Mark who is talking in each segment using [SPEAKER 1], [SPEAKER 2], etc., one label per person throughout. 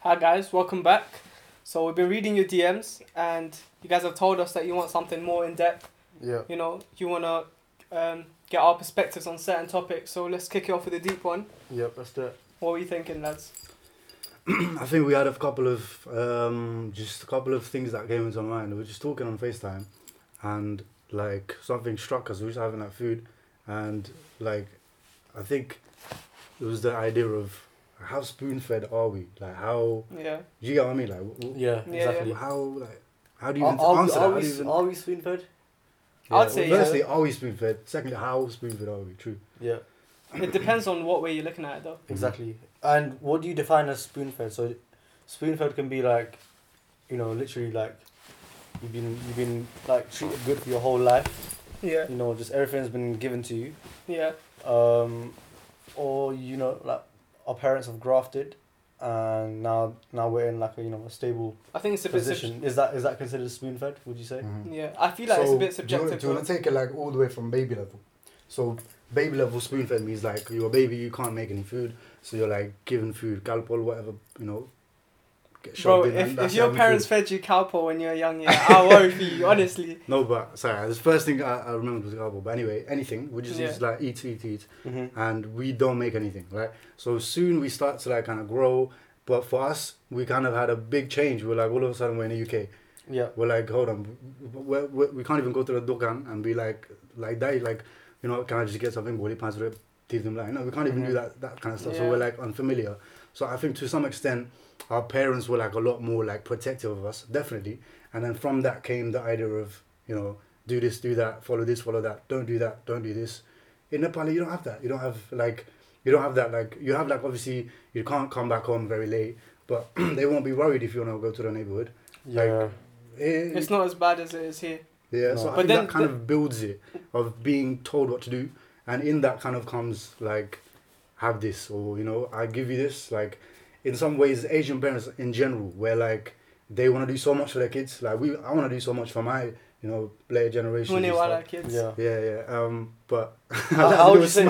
[SPEAKER 1] Hi guys, welcome back. So we've been reading your DMs, and you guys have told us that you want something more in depth.
[SPEAKER 2] Yeah.
[SPEAKER 1] You know, you wanna um, get our perspectives on certain topics. So let's kick it off with a deep one.
[SPEAKER 2] Yep, that's that.
[SPEAKER 1] What were you thinking, lads?
[SPEAKER 3] I think we had a couple of um, just a couple of things that came into mind. We were just talking on Facetime, and like something struck us. We were just having that food, and like I think it was the idea of how spoon fed are we? Like how
[SPEAKER 1] Yeah.
[SPEAKER 3] do you get what I mean? Like w- w-
[SPEAKER 2] Yeah,
[SPEAKER 1] Yeah,
[SPEAKER 2] exactly.
[SPEAKER 3] how like how do you
[SPEAKER 2] Are,
[SPEAKER 3] even
[SPEAKER 2] are, we, are,
[SPEAKER 3] answer that? How do
[SPEAKER 2] we,
[SPEAKER 3] you even-
[SPEAKER 2] are we spoon fed?
[SPEAKER 1] I'd
[SPEAKER 2] Yeah,
[SPEAKER 1] say
[SPEAKER 2] well,
[SPEAKER 1] yeah.
[SPEAKER 3] Firstly, are we spoon fed? Secondly, how spoon fed are we? True.
[SPEAKER 2] Yeah,
[SPEAKER 1] It depends on what way you're looking at it, though.
[SPEAKER 2] exactly. And what do you define as spoon fed? So, spoon fed can be like, you know, literally like, you've been you've been like treated good for your whole life.
[SPEAKER 1] Yeah.
[SPEAKER 2] You know, just everything's been given to you.
[SPEAKER 1] Yeah.
[SPEAKER 2] Um, or you know, like our parents have grafted, and now now we're in like a you know a stable
[SPEAKER 1] I think it's a bit. Sub-
[SPEAKER 2] position. Is that is that considered spoon fed? Would you say?
[SPEAKER 3] Mhm.
[SPEAKER 1] yeah. I feel like it's a bit subjective.
[SPEAKER 3] Do you, want to take it like all the way from baby level? So baby level spoon fed means like you're a baby, you can't make any food, so you're like given food, calpol, whatever, you know. Get
[SPEAKER 1] Bro,
[SPEAKER 3] shoved in,
[SPEAKER 1] if,
[SPEAKER 3] and
[SPEAKER 1] if
[SPEAKER 3] that's
[SPEAKER 1] your
[SPEAKER 3] having
[SPEAKER 1] parents
[SPEAKER 3] food.
[SPEAKER 1] fed you cowpaw when you were young, yeah, I worry for you, honestly.
[SPEAKER 3] No, but sorry, the first thing I, I remembered was calpol. But anyway, anything we just
[SPEAKER 1] Yeah.
[SPEAKER 3] is like eat, eat, eat,
[SPEAKER 2] Mm-hmm.
[SPEAKER 3] and we don't make anything, right? So soon we start to like kind of grow. But for us, we kind of had a big change. We're like all of a sudden we're in the UK.
[SPEAKER 2] Yeah.
[SPEAKER 3] We're like, hold on, we we we can't even go to the Dukan and be like, like that, like, you know, can I just get something? Body pants, rip, teeth, them like, no, we can't even do
[SPEAKER 2] Mhm.
[SPEAKER 3] that, that kind of stuff. So
[SPEAKER 1] Mm-hmm. Yeah.
[SPEAKER 3] we're like unfamiliar. So I think to some extent, our parents were like a lot more like protective of us, definitely. And then from that came the idea of, you know, do this, do that, follow this, follow that, don't do that, don't do this. In Nepal, you don't have that. You don't have like, you don't have that like, you have like obviously you can't come back home very late, but they won't be worried if you want to go to the neighborhood.
[SPEAKER 2] Yeah.
[SPEAKER 3] Eh,
[SPEAKER 1] It's not as bad as it is here.
[SPEAKER 3] yeah,
[SPEAKER 2] No.
[SPEAKER 3] so I
[SPEAKER 1] But
[SPEAKER 3] think
[SPEAKER 1] then
[SPEAKER 3] that kind
[SPEAKER 1] the-
[SPEAKER 3] of builds it of being told what to do, and in that kind of comes like, have this or you know I give you this like, in some ways Asian parents in general where like they want to do so much for their kids like we I want to do so much for my you know later generations.
[SPEAKER 1] When
[SPEAKER 3] and
[SPEAKER 1] you were
[SPEAKER 3] stuff.
[SPEAKER 1] like kids.
[SPEAKER 2] yeah.
[SPEAKER 3] Yeah, yeah. Um, but
[SPEAKER 2] How, how would you say?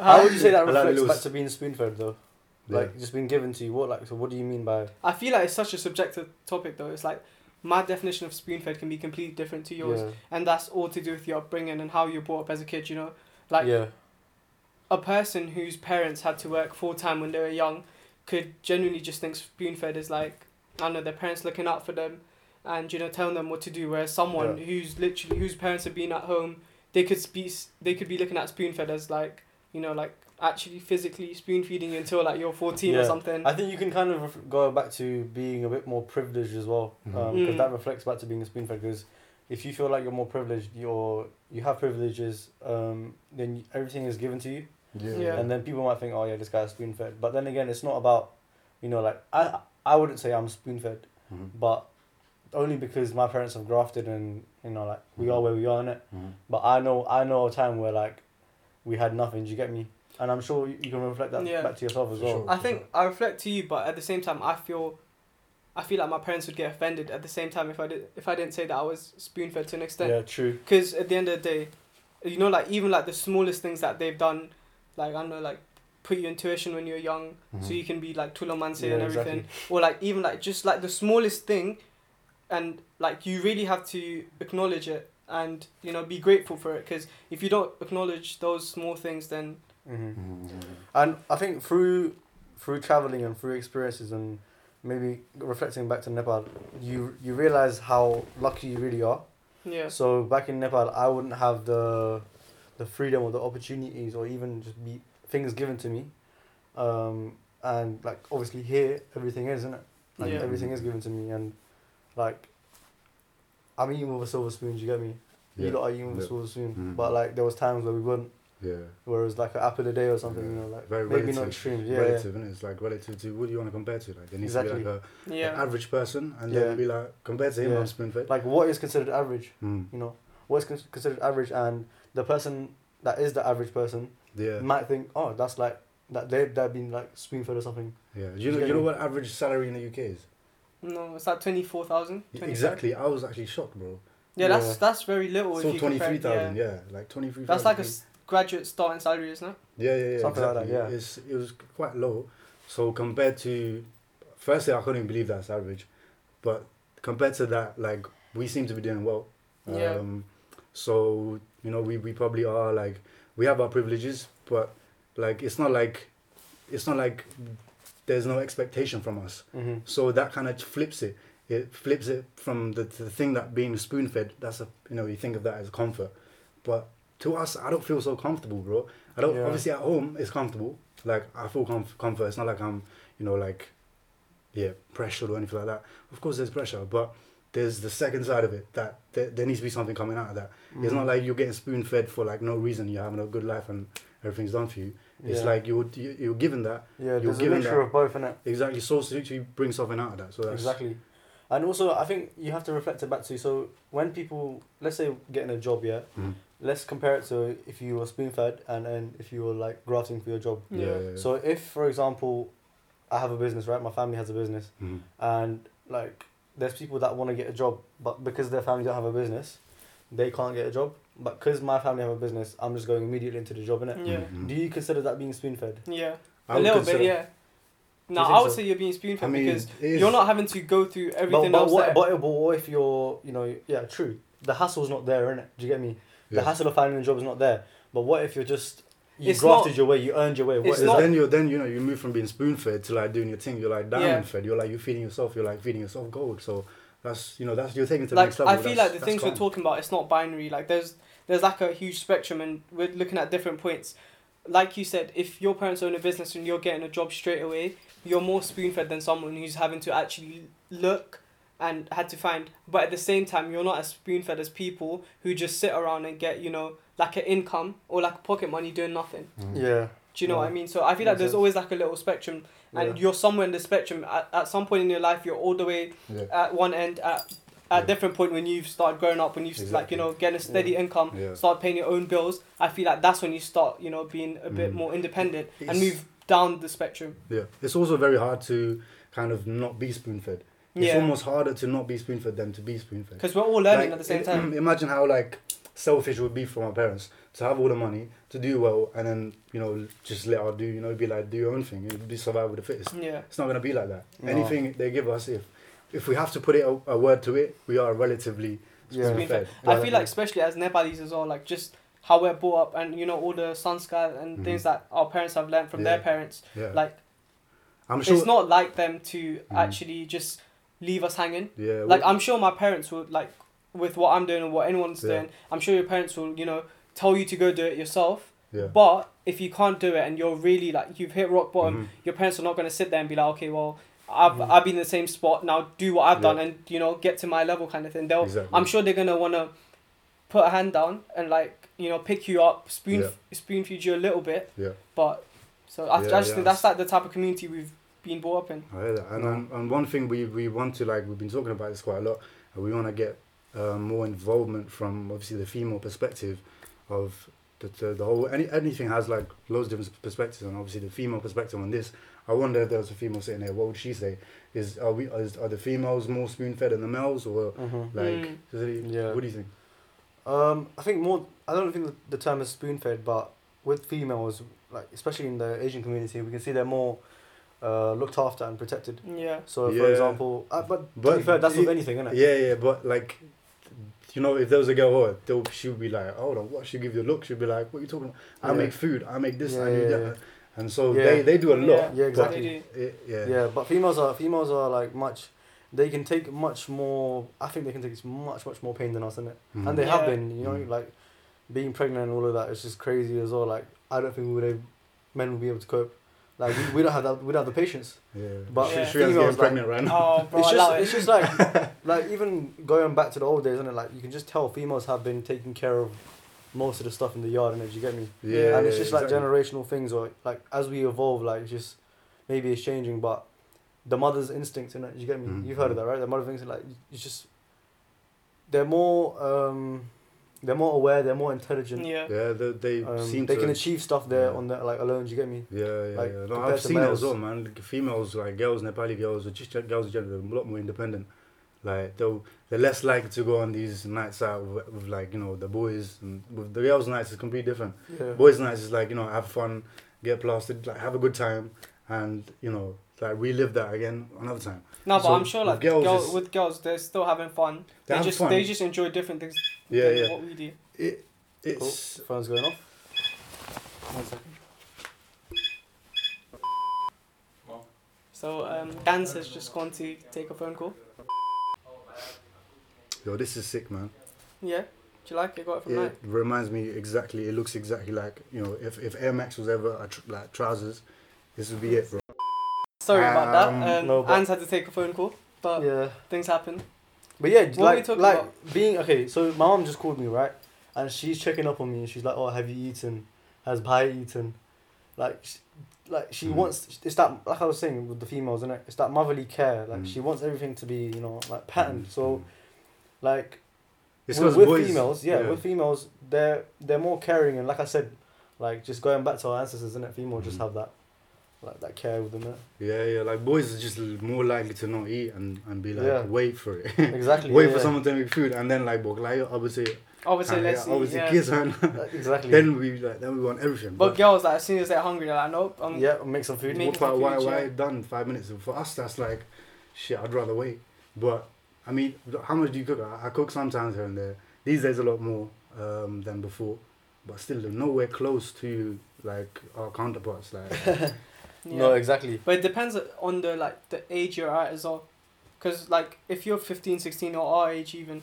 [SPEAKER 2] How would you say
[SPEAKER 3] I
[SPEAKER 2] that
[SPEAKER 3] like
[SPEAKER 2] reflects
[SPEAKER 3] Lewis.
[SPEAKER 2] back to being spoon fed though?
[SPEAKER 3] Yeah.
[SPEAKER 2] Like just being given to you. What like? So what do you mean by?
[SPEAKER 1] I feel like it's such a subjective topic though. It's like my definition of spoon fed can be completely different to yours,
[SPEAKER 2] Yeah.
[SPEAKER 1] and that's all to do with your upbringing and how you're brought up as a kid. You know, like
[SPEAKER 2] yeah.
[SPEAKER 1] a person whose parents had to work full time when they were young could genuinely just think spoon fed is like I don't know their parents looking out for them, and you know telling them what to do. Whereas someone
[SPEAKER 2] Yeah.
[SPEAKER 1] who's literally whose parents have been at home, they could be they could be looking at spoon fed as like you know like actually physically spoon feeding you until like you're fourteen or
[SPEAKER 2] Yeah.
[SPEAKER 1] something.
[SPEAKER 2] I think you can kind of ref- go back to being a bit more privileged as well,
[SPEAKER 3] Mhm.
[SPEAKER 2] because
[SPEAKER 1] Mm.
[SPEAKER 2] that reflects back to being a spoon fed. Because if you feel like you're more privileged, you're you have privileges, um, then you- everything is given to you,
[SPEAKER 3] yeah,
[SPEAKER 1] Yeah.
[SPEAKER 2] and then people might think, oh yeah, this guy's spoon fed. But then again, it's not about, you know, like I I wouldn't say I'm spoon fed,
[SPEAKER 3] Mhm.
[SPEAKER 2] but only because my parents have grafted and you know like we are
[SPEAKER 3] Mhm.
[SPEAKER 2] where we are in it.
[SPEAKER 3] Mhm.
[SPEAKER 2] But I know I know a time where like we had nothing. Do you get me? And I'm sure you you can reflect that
[SPEAKER 1] Yeah.
[SPEAKER 2] back to yourself as
[SPEAKER 3] For
[SPEAKER 2] well.
[SPEAKER 3] sure.
[SPEAKER 1] I think I reflect to you, but at the same time, I feel, I feel like my parents would get offended at the same time if I did if I didn't say that I was spoon fed to an extent.
[SPEAKER 2] Yeah, true.
[SPEAKER 1] Because at the end of the day, you know, like even like the smallest things that they've done, like I don't know, like put you in tuition when you're young, so
[SPEAKER 3] Mhm.
[SPEAKER 1] you can be like tulamansi
[SPEAKER 2] Mm-hmm. Yeah,
[SPEAKER 1] and
[SPEAKER 2] exactly.
[SPEAKER 1] everything, or like even like just like the smallest thing, and like you really have to acknowledge it and you know be grateful for it. Because if you don't acknowledge those small things, then
[SPEAKER 2] Mm-hmm.
[SPEAKER 3] Mhm.
[SPEAKER 2] And I think through through traveling and through experiences and maybe reflecting back to Nepal, you you realize how lucky you really are.
[SPEAKER 1] yeah,
[SPEAKER 2] So back in Nepal, I wouldn't have the the freedom or the opportunities or even just be things given to me. Um, and like obviously here everything is, isn't it? Like
[SPEAKER 1] Yeah.
[SPEAKER 2] everything is given to me and like I'm eating with a silver spoon, do you get me?
[SPEAKER 3] Yeah.
[SPEAKER 2] You lot are eating with a
[SPEAKER 3] Yeah.
[SPEAKER 2] silver spoon.
[SPEAKER 3] Mm.
[SPEAKER 2] But like there was times where we weren't
[SPEAKER 3] yeah.
[SPEAKER 2] whereas like an apple a day or something, you
[SPEAKER 3] Yeah.
[SPEAKER 2] know, like
[SPEAKER 3] Very
[SPEAKER 2] maybe
[SPEAKER 3] relative.
[SPEAKER 2] not extreme. Yeah, yeah.
[SPEAKER 3] relative, and it's like relative to what do you want to compare to? Like, there needs to
[SPEAKER 2] Exactly.
[SPEAKER 3] be like a an
[SPEAKER 1] yeah,
[SPEAKER 3] average person and
[SPEAKER 2] Yeah.
[SPEAKER 3] then be like compared to him
[SPEAKER 2] Yeah.
[SPEAKER 3] I'm spoon fed.
[SPEAKER 2] like what is considered average
[SPEAKER 3] Mm.
[SPEAKER 2] you know what's con- considered average and the person that is the average person
[SPEAKER 3] Yeah,
[SPEAKER 1] Mm.
[SPEAKER 2] might think oh that's like that they they've been like spoon fed or something
[SPEAKER 3] yeah. Do you know, you know what average salary in the UK is?
[SPEAKER 1] no, it's like twenty four thousand.
[SPEAKER 3] Exactly. I was actually shocked, bro.
[SPEAKER 1] Yeah,
[SPEAKER 2] Yeah.
[SPEAKER 1] that's that's very little. if
[SPEAKER 3] So
[SPEAKER 1] you compare
[SPEAKER 3] twenty
[SPEAKER 1] it,
[SPEAKER 3] three thousand.
[SPEAKER 1] yeah.
[SPEAKER 3] Yeah. like twenty three.
[SPEAKER 1] That's like a s- graduate starting salary, isn't it?
[SPEAKER 3] yeah, yeah, yeah.
[SPEAKER 2] Something like
[SPEAKER 3] exactly.
[SPEAKER 2] that, yeah.
[SPEAKER 3] It's it was quite low. So compared to, Firstly, I couldn't believe that's average, but compared to that, like we seem to be doing well.
[SPEAKER 1] Yeah.
[SPEAKER 3] Um, so you know, we, we probably are like we have our privileges, but like it's not like it's not like there's no expectation from us.
[SPEAKER 2] Mm-hmm.
[SPEAKER 3] So that kind of flips it. It flips it from the, the thing that being spoon fed. That's a you know you think of that as comfort, but to us, I don't feel so comfortable, bro. I don't
[SPEAKER 2] Yeah.
[SPEAKER 3] obviously at home it's comfortable. Like I feel comf- comfort. It's not like I'm you know like yeah pressured or anything like that. Of course there's pressure, but there's the second side of it that there, there needs to be something coming out of that. It's
[SPEAKER 2] Mm.
[SPEAKER 3] not like you're getting spoon fed for like no reason. You're having a good life and everything's done for you. It's
[SPEAKER 2] Yeah.
[SPEAKER 3] like you're you- you're given that
[SPEAKER 2] yeah,
[SPEAKER 3] you're
[SPEAKER 2] there's a
[SPEAKER 3] given
[SPEAKER 2] mixture
[SPEAKER 3] that-
[SPEAKER 2] of both, innit?
[SPEAKER 3] exactly. So literally bring something out of that. So that's
[SPEAKER 2] Exactly. And also, I think you have to reflect it back to so when people, let's say, getting a job, yeah,
[SPEAKER 3] Mm.
[SPEAKER 2] let's compare it to if you were spoon fed and then if you were like grafting for your job.
[SPEAKER 3] Yeah. yeah, yeah.
[SPEAKER 2] So if, for example, I have a business, right? My family has a business,
[SPEAKER 3] Mhm.
[SPEAKER 1] Mm-hmm.
[SPEAKER 2] and like there's people that want to get a job, but because their family don't have a business, they can't get a job. But because my family have a business, I'm just going immediately into the job, innit?
[SPEAKER 1] Yeah.
[SPEAKER 3] Mhm.
[SPEAKER 2] Do you consider that being spoon fed?
[SPEAKER 1] Yeah.
[SPEAKER 3] I
[SPEAKER 1] Mm-hmm. a
[SPEAKER 3] would
[SPEAKER 1] little
[SPEAKER 3] consider-
[SPEAKER 1] bit, yeah. No,
[SPEAKER 2] think
[SPEAKER 1] I would
[SPEAKER 2] so?
[SPEAKER 1] say you're being spoon
[SPEAKER 3] I
[SPEAKER 1] fed
[SPEAKER 3] mean,
[SPEAKER 1] because
[SPEAKER 3] it is-
[SPEAKER 1] you're not having to go through everything
[SPEAKER 2] but, but
[SPEAKER 1] else.
[SPEAKER 2] what,
[SPEAKER 1] there.
[SPEAKER 2] But, but what if you're, you know, yeah, true. The hassle's not there, innit? Do you get me?
[SPEAKER 3] Yeah.
[SPEAKER 2] The hassle of finding a job is not there. But what if you're just, you
[SPEAKER 1] It's
[SPEAKER 2] grafted
[SPEAKER 1] not-
[SPEAKER 2] your way, you earned your way? What
[SPEAKER 1] it's
[SPEAKER 2] is
[SPEAKER 3] Because
[SPEAKER 1] not-
[SPEAKER 2] that?
[SPEAKER 3] then you then you know you move from being spoon fed to like doing your thing. You're like diamond fed. You're like you're feeding yourself. You're like feeding yourself gold. So that's you know that's you're taking it to the
[SPEAKER 1] like
[SPEAKER 3] next level.
[SPEAKER 1] I feel
[SPEAKER 3] That's-
[SPEAKER 1] like the
[SPEAKER 3] that's
[SPEAKER 1] things we're
[SPEAKER 3] calm.
[SPEAKER 1] talking about, it's not binary. Like there's there's like a huge spectrum, and we're looking at different points. Like you said, if your parents own a business and you're getting a job straight away, you're more spoon fed than someone who's having to actually look and had to find. But at the same time, you're not as spoon fed as people who just sit around and get you know like an income or like pocket money doing nothing.
[SPEAKER 3] Mm-hmm.
[SPEAKER 2] Yeah.
[SPEAKER 1] Do you know
[SPEAKER 2] Yeah.
[SPEAKER 1] what I mean? So I feel like
[SPEAKER 2] Makes
[SPEAKER 1] there's
[SPEAKER 2] sense.
[SPEAKER 1] always like a little spectrum, and
[SPEAKER 2] yeah.
[SPEAKER 1] you're somewhere in the spectrum. At, at some point in your life, you're all the way
[SPEAKER 3] Yeah.
[SPEAKER 1] at one end at at
[SPEAKER 3] Yeah.
[SPEAKER 1] different point when you've started growing up when you've like
[SPEAKER 3] Exactly.
[SPEAKER 1] you know getting a steady
[SPEAKER 2] Yeah.
[SPEAKER 1] income
[SPEAKER 3] Yeah.
[SPEAKER 1] start paying your own bills i feel like that's when you start you know being a bit
[SPEAKER 3] Mm.
[SPEAKER 1] more independent and
[SPEAKER 3] It's-
[SPEAKER 1] move down the spectrum
[SPEAKER 3] Yeah. It's also very hard to kind of not be spoon fed. It's
[SPEAKER 1] yeah
[SPEAKER 3] almost harder to not be spoon fed than to be spoon fed.
[SPEAKER 1] because we're all learning
[SPEAKER 3] Like,
[SPEAKER 1] at the same
[SPEAKER 3] im-
[SPEAKER 1] time
[SPEAKER 3] Imagine how like selfish it would be for my parents to have all the money to do well and then you know just let her do you know be like do your own thing and be survive with the fittest.
[SPEAKER 1] yeah
[SPEAKER 3] It's not going to be like that.
[SPEAKER 2] No.
[SPEAKER 3] Anything they give us, if if we have to put it a, a word to it, we are relatively
[SPEAKER 2] Yeah.
[SPEAKER 3] spoon fed.
[SPEAKER 1] i feel like especially as nepalis as well like just how we're brought up and you know all the sanskar and
[SPEAKER 3] Mhm.
[SPEAKER 1] things that our parents have learned from their
[SPEAKER 3] Yeah.
[SPEAKER 1] parents
[SPEAKER 3] yeah.
[SPEAKER 1] like
[SPEAKER 3] I'm sure.
[SPEAKER 1] it's not like them to
[SPEAKER 3] Mhm.
[SPEAKER 1] actually just leave us hanging
[SPEAKER 3] yeah,
[SPEAKER 1] like
[SPEAKER 3] well,
[SPEAKER 1] I'm sure my parents would like with what I'm doing and what anyone's
[SPEAKER 3] Yeah.
[SPEAKER 1] doing. I'm sure your parents will you know tell you to go do it yourself.
[SPEAKER 3] yeah.
[SPEAKER 1] But if you can't do it and you're really like you've hit rock bottom,
[SPEAKER 3] Mhm.
[SPEAKER 1] your parents are not going to sit there and be like, okay, well, I've
[SPEAKER 2] Mhm.
[SPEAKER 1] I've been in the same spot now. Do what I've
[SPEAKER 3] Mm-hmm. Yeah.
[SPEAKER 1] done and you know get to my level kind of thing. They'll
[SPEAKER 3] Mm-hmm. Exactly.
[SPEAKER 1] I'm sure they're gonna wanna put a hand down and like you know pick you up, spoon
[SPEAKER 3] Yeah.
[SPEAKER 1] spoon feed you a little bit.
[SPEAKER 3] Yeah.
[SPEAKER 1] But so I, I
[SPEAKER 3] Yeah,
[SPEAKER 1] just
[SPEAKER 3] yeah,
[SPEAKER 1] think
[SPEAKER 3] that's-
[SPEAKER 1] that's like the type of community we've been brought up in.
[SPEAKER 3] I hear that. And, and, and one thing we, we want to like we've been talking about this quite a lot, and we want to get uh, more involvement from obviously the female perspective of the, the, the whole any, anything has like loads of different perspectives and obviously the female perspective on this. I wonder if there was a female sitting there, what would she say? Is are we is, are the females more spoon fed than the males or
[SPEAKER 2] Mhm.
[SPEAKER 3] like
[SPEAKER 1] Mm.
[SPEAKER 3] is it-
[SPEAKER 2] Yeah.
[SPEAKER 3] Mm-hmm. what do you think?
[SPEAKER 2] Um, I think more. I don't think the, the term is spoon fed, but with females, like especially in the Asian community, we can see they're more uh, looked after and protected.
[SPEAKER 1] Yeah.
[SPEAKER 2] So,
[SPEAKER 3] Yeah.
[SPEAKER 2] for example, uh, but, to
[SPEAKER 3] But
[SPEAKER 2] be fair, that's with
[SPEAKER 3] it-
[SPEAKER 2] anything, isn't it?
[SPEAKER 3] Yeah, yeah, but like, you know, if there was a girl, oh, they'll- she would be like, hold on, what? She'd give you a look. She'd be like, what are you talking about? I
[SPEAKER 2] Yeah.
[SPEAKER 3] make food. I make this. I
[SPEAKER 2] Yeah,
[SPEAKER 3] do
[SPEAKER 2] yeah,
[SPEAKER 3] that. And so
[SPEAKER 2] Yeah.
[SPEAKER 3] they, they do a lot.
[SPEAKER 1] Yeah,
[SPEAKER 2] Yeah, exactly.
[SPEAKER 1] They do.
[SPEAKER 3] It, yeah.
[SPEAKER 2] Yeah, but females are females are like much. They can take much more. I think they can take much much more pain than us, isn't it?
[SPEAKER 3] Mhm.
[SPEAKER 2] And they
[SPEAKER 1] Yeah.
[SPEAKER 2] have been, you know,
[SPEAKER 3] Mm.
[SPEAKER 2] like being pregnant and all of that. It's just crazy as well. Like I don't think we would have, men would be able to cope. Like we, we don't have that. We don't have the patience.
[SPEAKER 3] yeah.
[SPEAKER 2] but
[SPEAKER 3] she,
[SPEAKER 1] Yeah.
[SPEAKER 3] she was
[SPEAKER 2] females,
[SPEAKER 3] getting
[SPEAKER 2] like-
[SPEAKER 3] pregnant right now.
[SPEAKER 1] Oh, bro,
[SPEAKER 2] it's
[SPEAKER 1] allow
[SPEAKER 2] just
[SPEAKER 1] it.
[SPEAKER 2] it's just like like even going back to the old days, isn't it? Like you can just tell females have been taking care of most of the stuff in the yard, and you get me?
[SPEAKER 3] yeah.
[SPEAKER 2] and it's just
[SPEAKER 3] exactly.
[SPEAKER 2] like generational things, or like as we evolve, like it's just maybe it's changing, but the mother's instinct, innit? You get me?
[SPEAKER 3] Mhm.
[SPEAKER 2] You've heard of that, right? The mother's instinct, like it's just they're more um, they're more aware, they're more intelligent.
[SPEAKER 1] yeah.
[SPEAKER 3] Yeah, they, they
[SPEAKER 2] Um,
[SPEAKER 3] seem
[SPEAKER 2] they
[SPEAKER 3] to.
[SPEAKER 2] can achieve stuff there
[SPEAKER 3] Yeah.
[SPEAKER 2] on their like alone. Do you get me?
[SPEAKER 3] yeah, yeah,
[SPEAKER 2] like,
[SPEAKER 3] yeah. No,
[SPEAKER 2] compared
[SPEAKER 3] I've
[SPEAKER 2] to
[SPEAKER 3] seen it
[SPEAKER 2] males.
[SPEAKER 3] as well, man. Like, Females, like girls, Nepali girls, or just girls in general, are a lot more independent. Like they'll, they're less likely to go on these nights out with, with like you know the boys. And with the girls' nights is completely different.
[SPEAKER 2] Yeah.
[SPEAKER 3] Boys' nights is like you know have fun, get plastered, like have a good time, and you know like relive that again another time.
[SPEAKER 1] No, but
[SPEAKER 3] So,
[SPEAKER 1] I'm sure
[SPEAKER 3] with
[SPEAKER 1] like
[SPEAKER 3] girls,
[SPEAKER 1] girls,
[SPEAKER 3] it's-
[SPEAKER 1] with girls, they're still having fun. They,
[SPEAKER 3] They have
[SPEAKER 1] just
[SPEAKER 3] fun.
[SPEAKER 1] they just enjoy different things
[SPEAKER 3] Yeah,
[SPEAKER 1] than
[SPEAKER 3] yeah.
[SPEAKER 1] what we do.
[SPEAKER 3] It
[SPEAKER 2] Cool.
[SPEAKER 3] it's
[SPEAKER 2] Phone's going off. One second.
[SPEAKER 1] So um, Gans has just gone to take a phone call.
[SPEAKER 3] yo, this is sick, man.
[SPEAKER 1] Yeah, do you like it? Got it from Nike.
[SPEAKER 3] It reminds me exactly. It looks exactly like you know if, if Air Max was ever a tr- like trousers, this would be it, bro.
[SPEAKER 1] Sorry about that.
[SPEAKER 2] Um,
[SPEAKER 1] Um,
[SPEAKER 2] no, but-
[SPEAKER 1] Ans had to take a phone call, but
[SPEAKER 2] Yeah.
[SPEAKER 1] things happen.
[SPEAKER 2] But
[SPEAKER 1] Uh,
[SPEAKER 2] yeah,
[SPEAKER 1] What were we
[SPEAKER 2] like,
[SPEAKER 1] talking
[SPEAKER 2] like
[SPEAKER 1] about?
[SPEAKER 2] being okay. So my mom just called me right, and she's checking up on me, and she's like, "Oh, have you eaten? Has Bai eaten?" Like, she, like she
[SPEAKER 1] Hmm.
[SPEAKER 3] Mm.
[SPEAKER 2] wants. It's that like I was saying with the females, and it? it's that motherly care.
[SPEAKER 1] Hmm.
[SPEAKER 2] Like
[SPEAKER 3] Mm.
[SPEAKER 2] she wants everything to be, you know, like patterned.
[SPEAKER 3] Mm,
[SPEAKER 2] So,
[SPEAKER 3] mm.
[SPEAKER 2] like
[SPEAKER 3] It's
[SPEAKER 2] with,
[SPEAKER 3] 'cause
[SPEAKER 2] with
[SPEAKER 3] boys-
[SPEAKER 2] females, yeah, with females, they're they're more caring, and like I said, like just going back to our ancestors, isn't it? Females just
[SPEAKER 3] Mm.
[SPEAKER 2] have that, like that care with them. innit?
[SPEAKER 3] yeah, yeah. Like boys are just l- more likely to not eat and, and be like
[SPEAKER 2] Yeah.
[SPEAKER 3] wait for it,
[SPEAKER 2] Exactly.
[SPEAKER 3] wait
[SPEAKER 2] yeah.
[SPEAKER 3] for someone to make food, and then like but like I would say,
[SPEAKER 1] I would say
[SPEAKER 3] "Ah,
[SPEAKER 1] let's
[SPEAKER 3] yeah, I would
[SPEAKER 1] eat.
[SPEAKER 3] say
[SPEAKER 1] Yeah.
[SPEAKER 3] kids, man.
[SPEAKER 2] Like, Exactly.
[SPEAKER 3] then we like then we want everything.
[SPEAKER 1] But girls, like as soon as they're hungry, they're like, nope. I'm,
[SPEAKER 2] yeah, make some food.
[SPEAKER 1] Make-
[SPEAKER 3] What part, why,
[SPEAKER 1] Making
[SPEAKER 3] why
[SPEAKER 1] future.
[SPEAKER 3] done five minutes? For us, that's like, shit, I'd rather wait. But, I mean, how much do you cook? I, I cook sometimes here and there. These days, a lot more um, than before. But still, nowhere close to, like, our counterparts. Like,
[SPEAKER 1] yeah.
[SPEAKER 2] No, exactly.
[SPEAKER 1] But it depends on the like the age you're at as well. Because like if you're 15, 16 or our age even,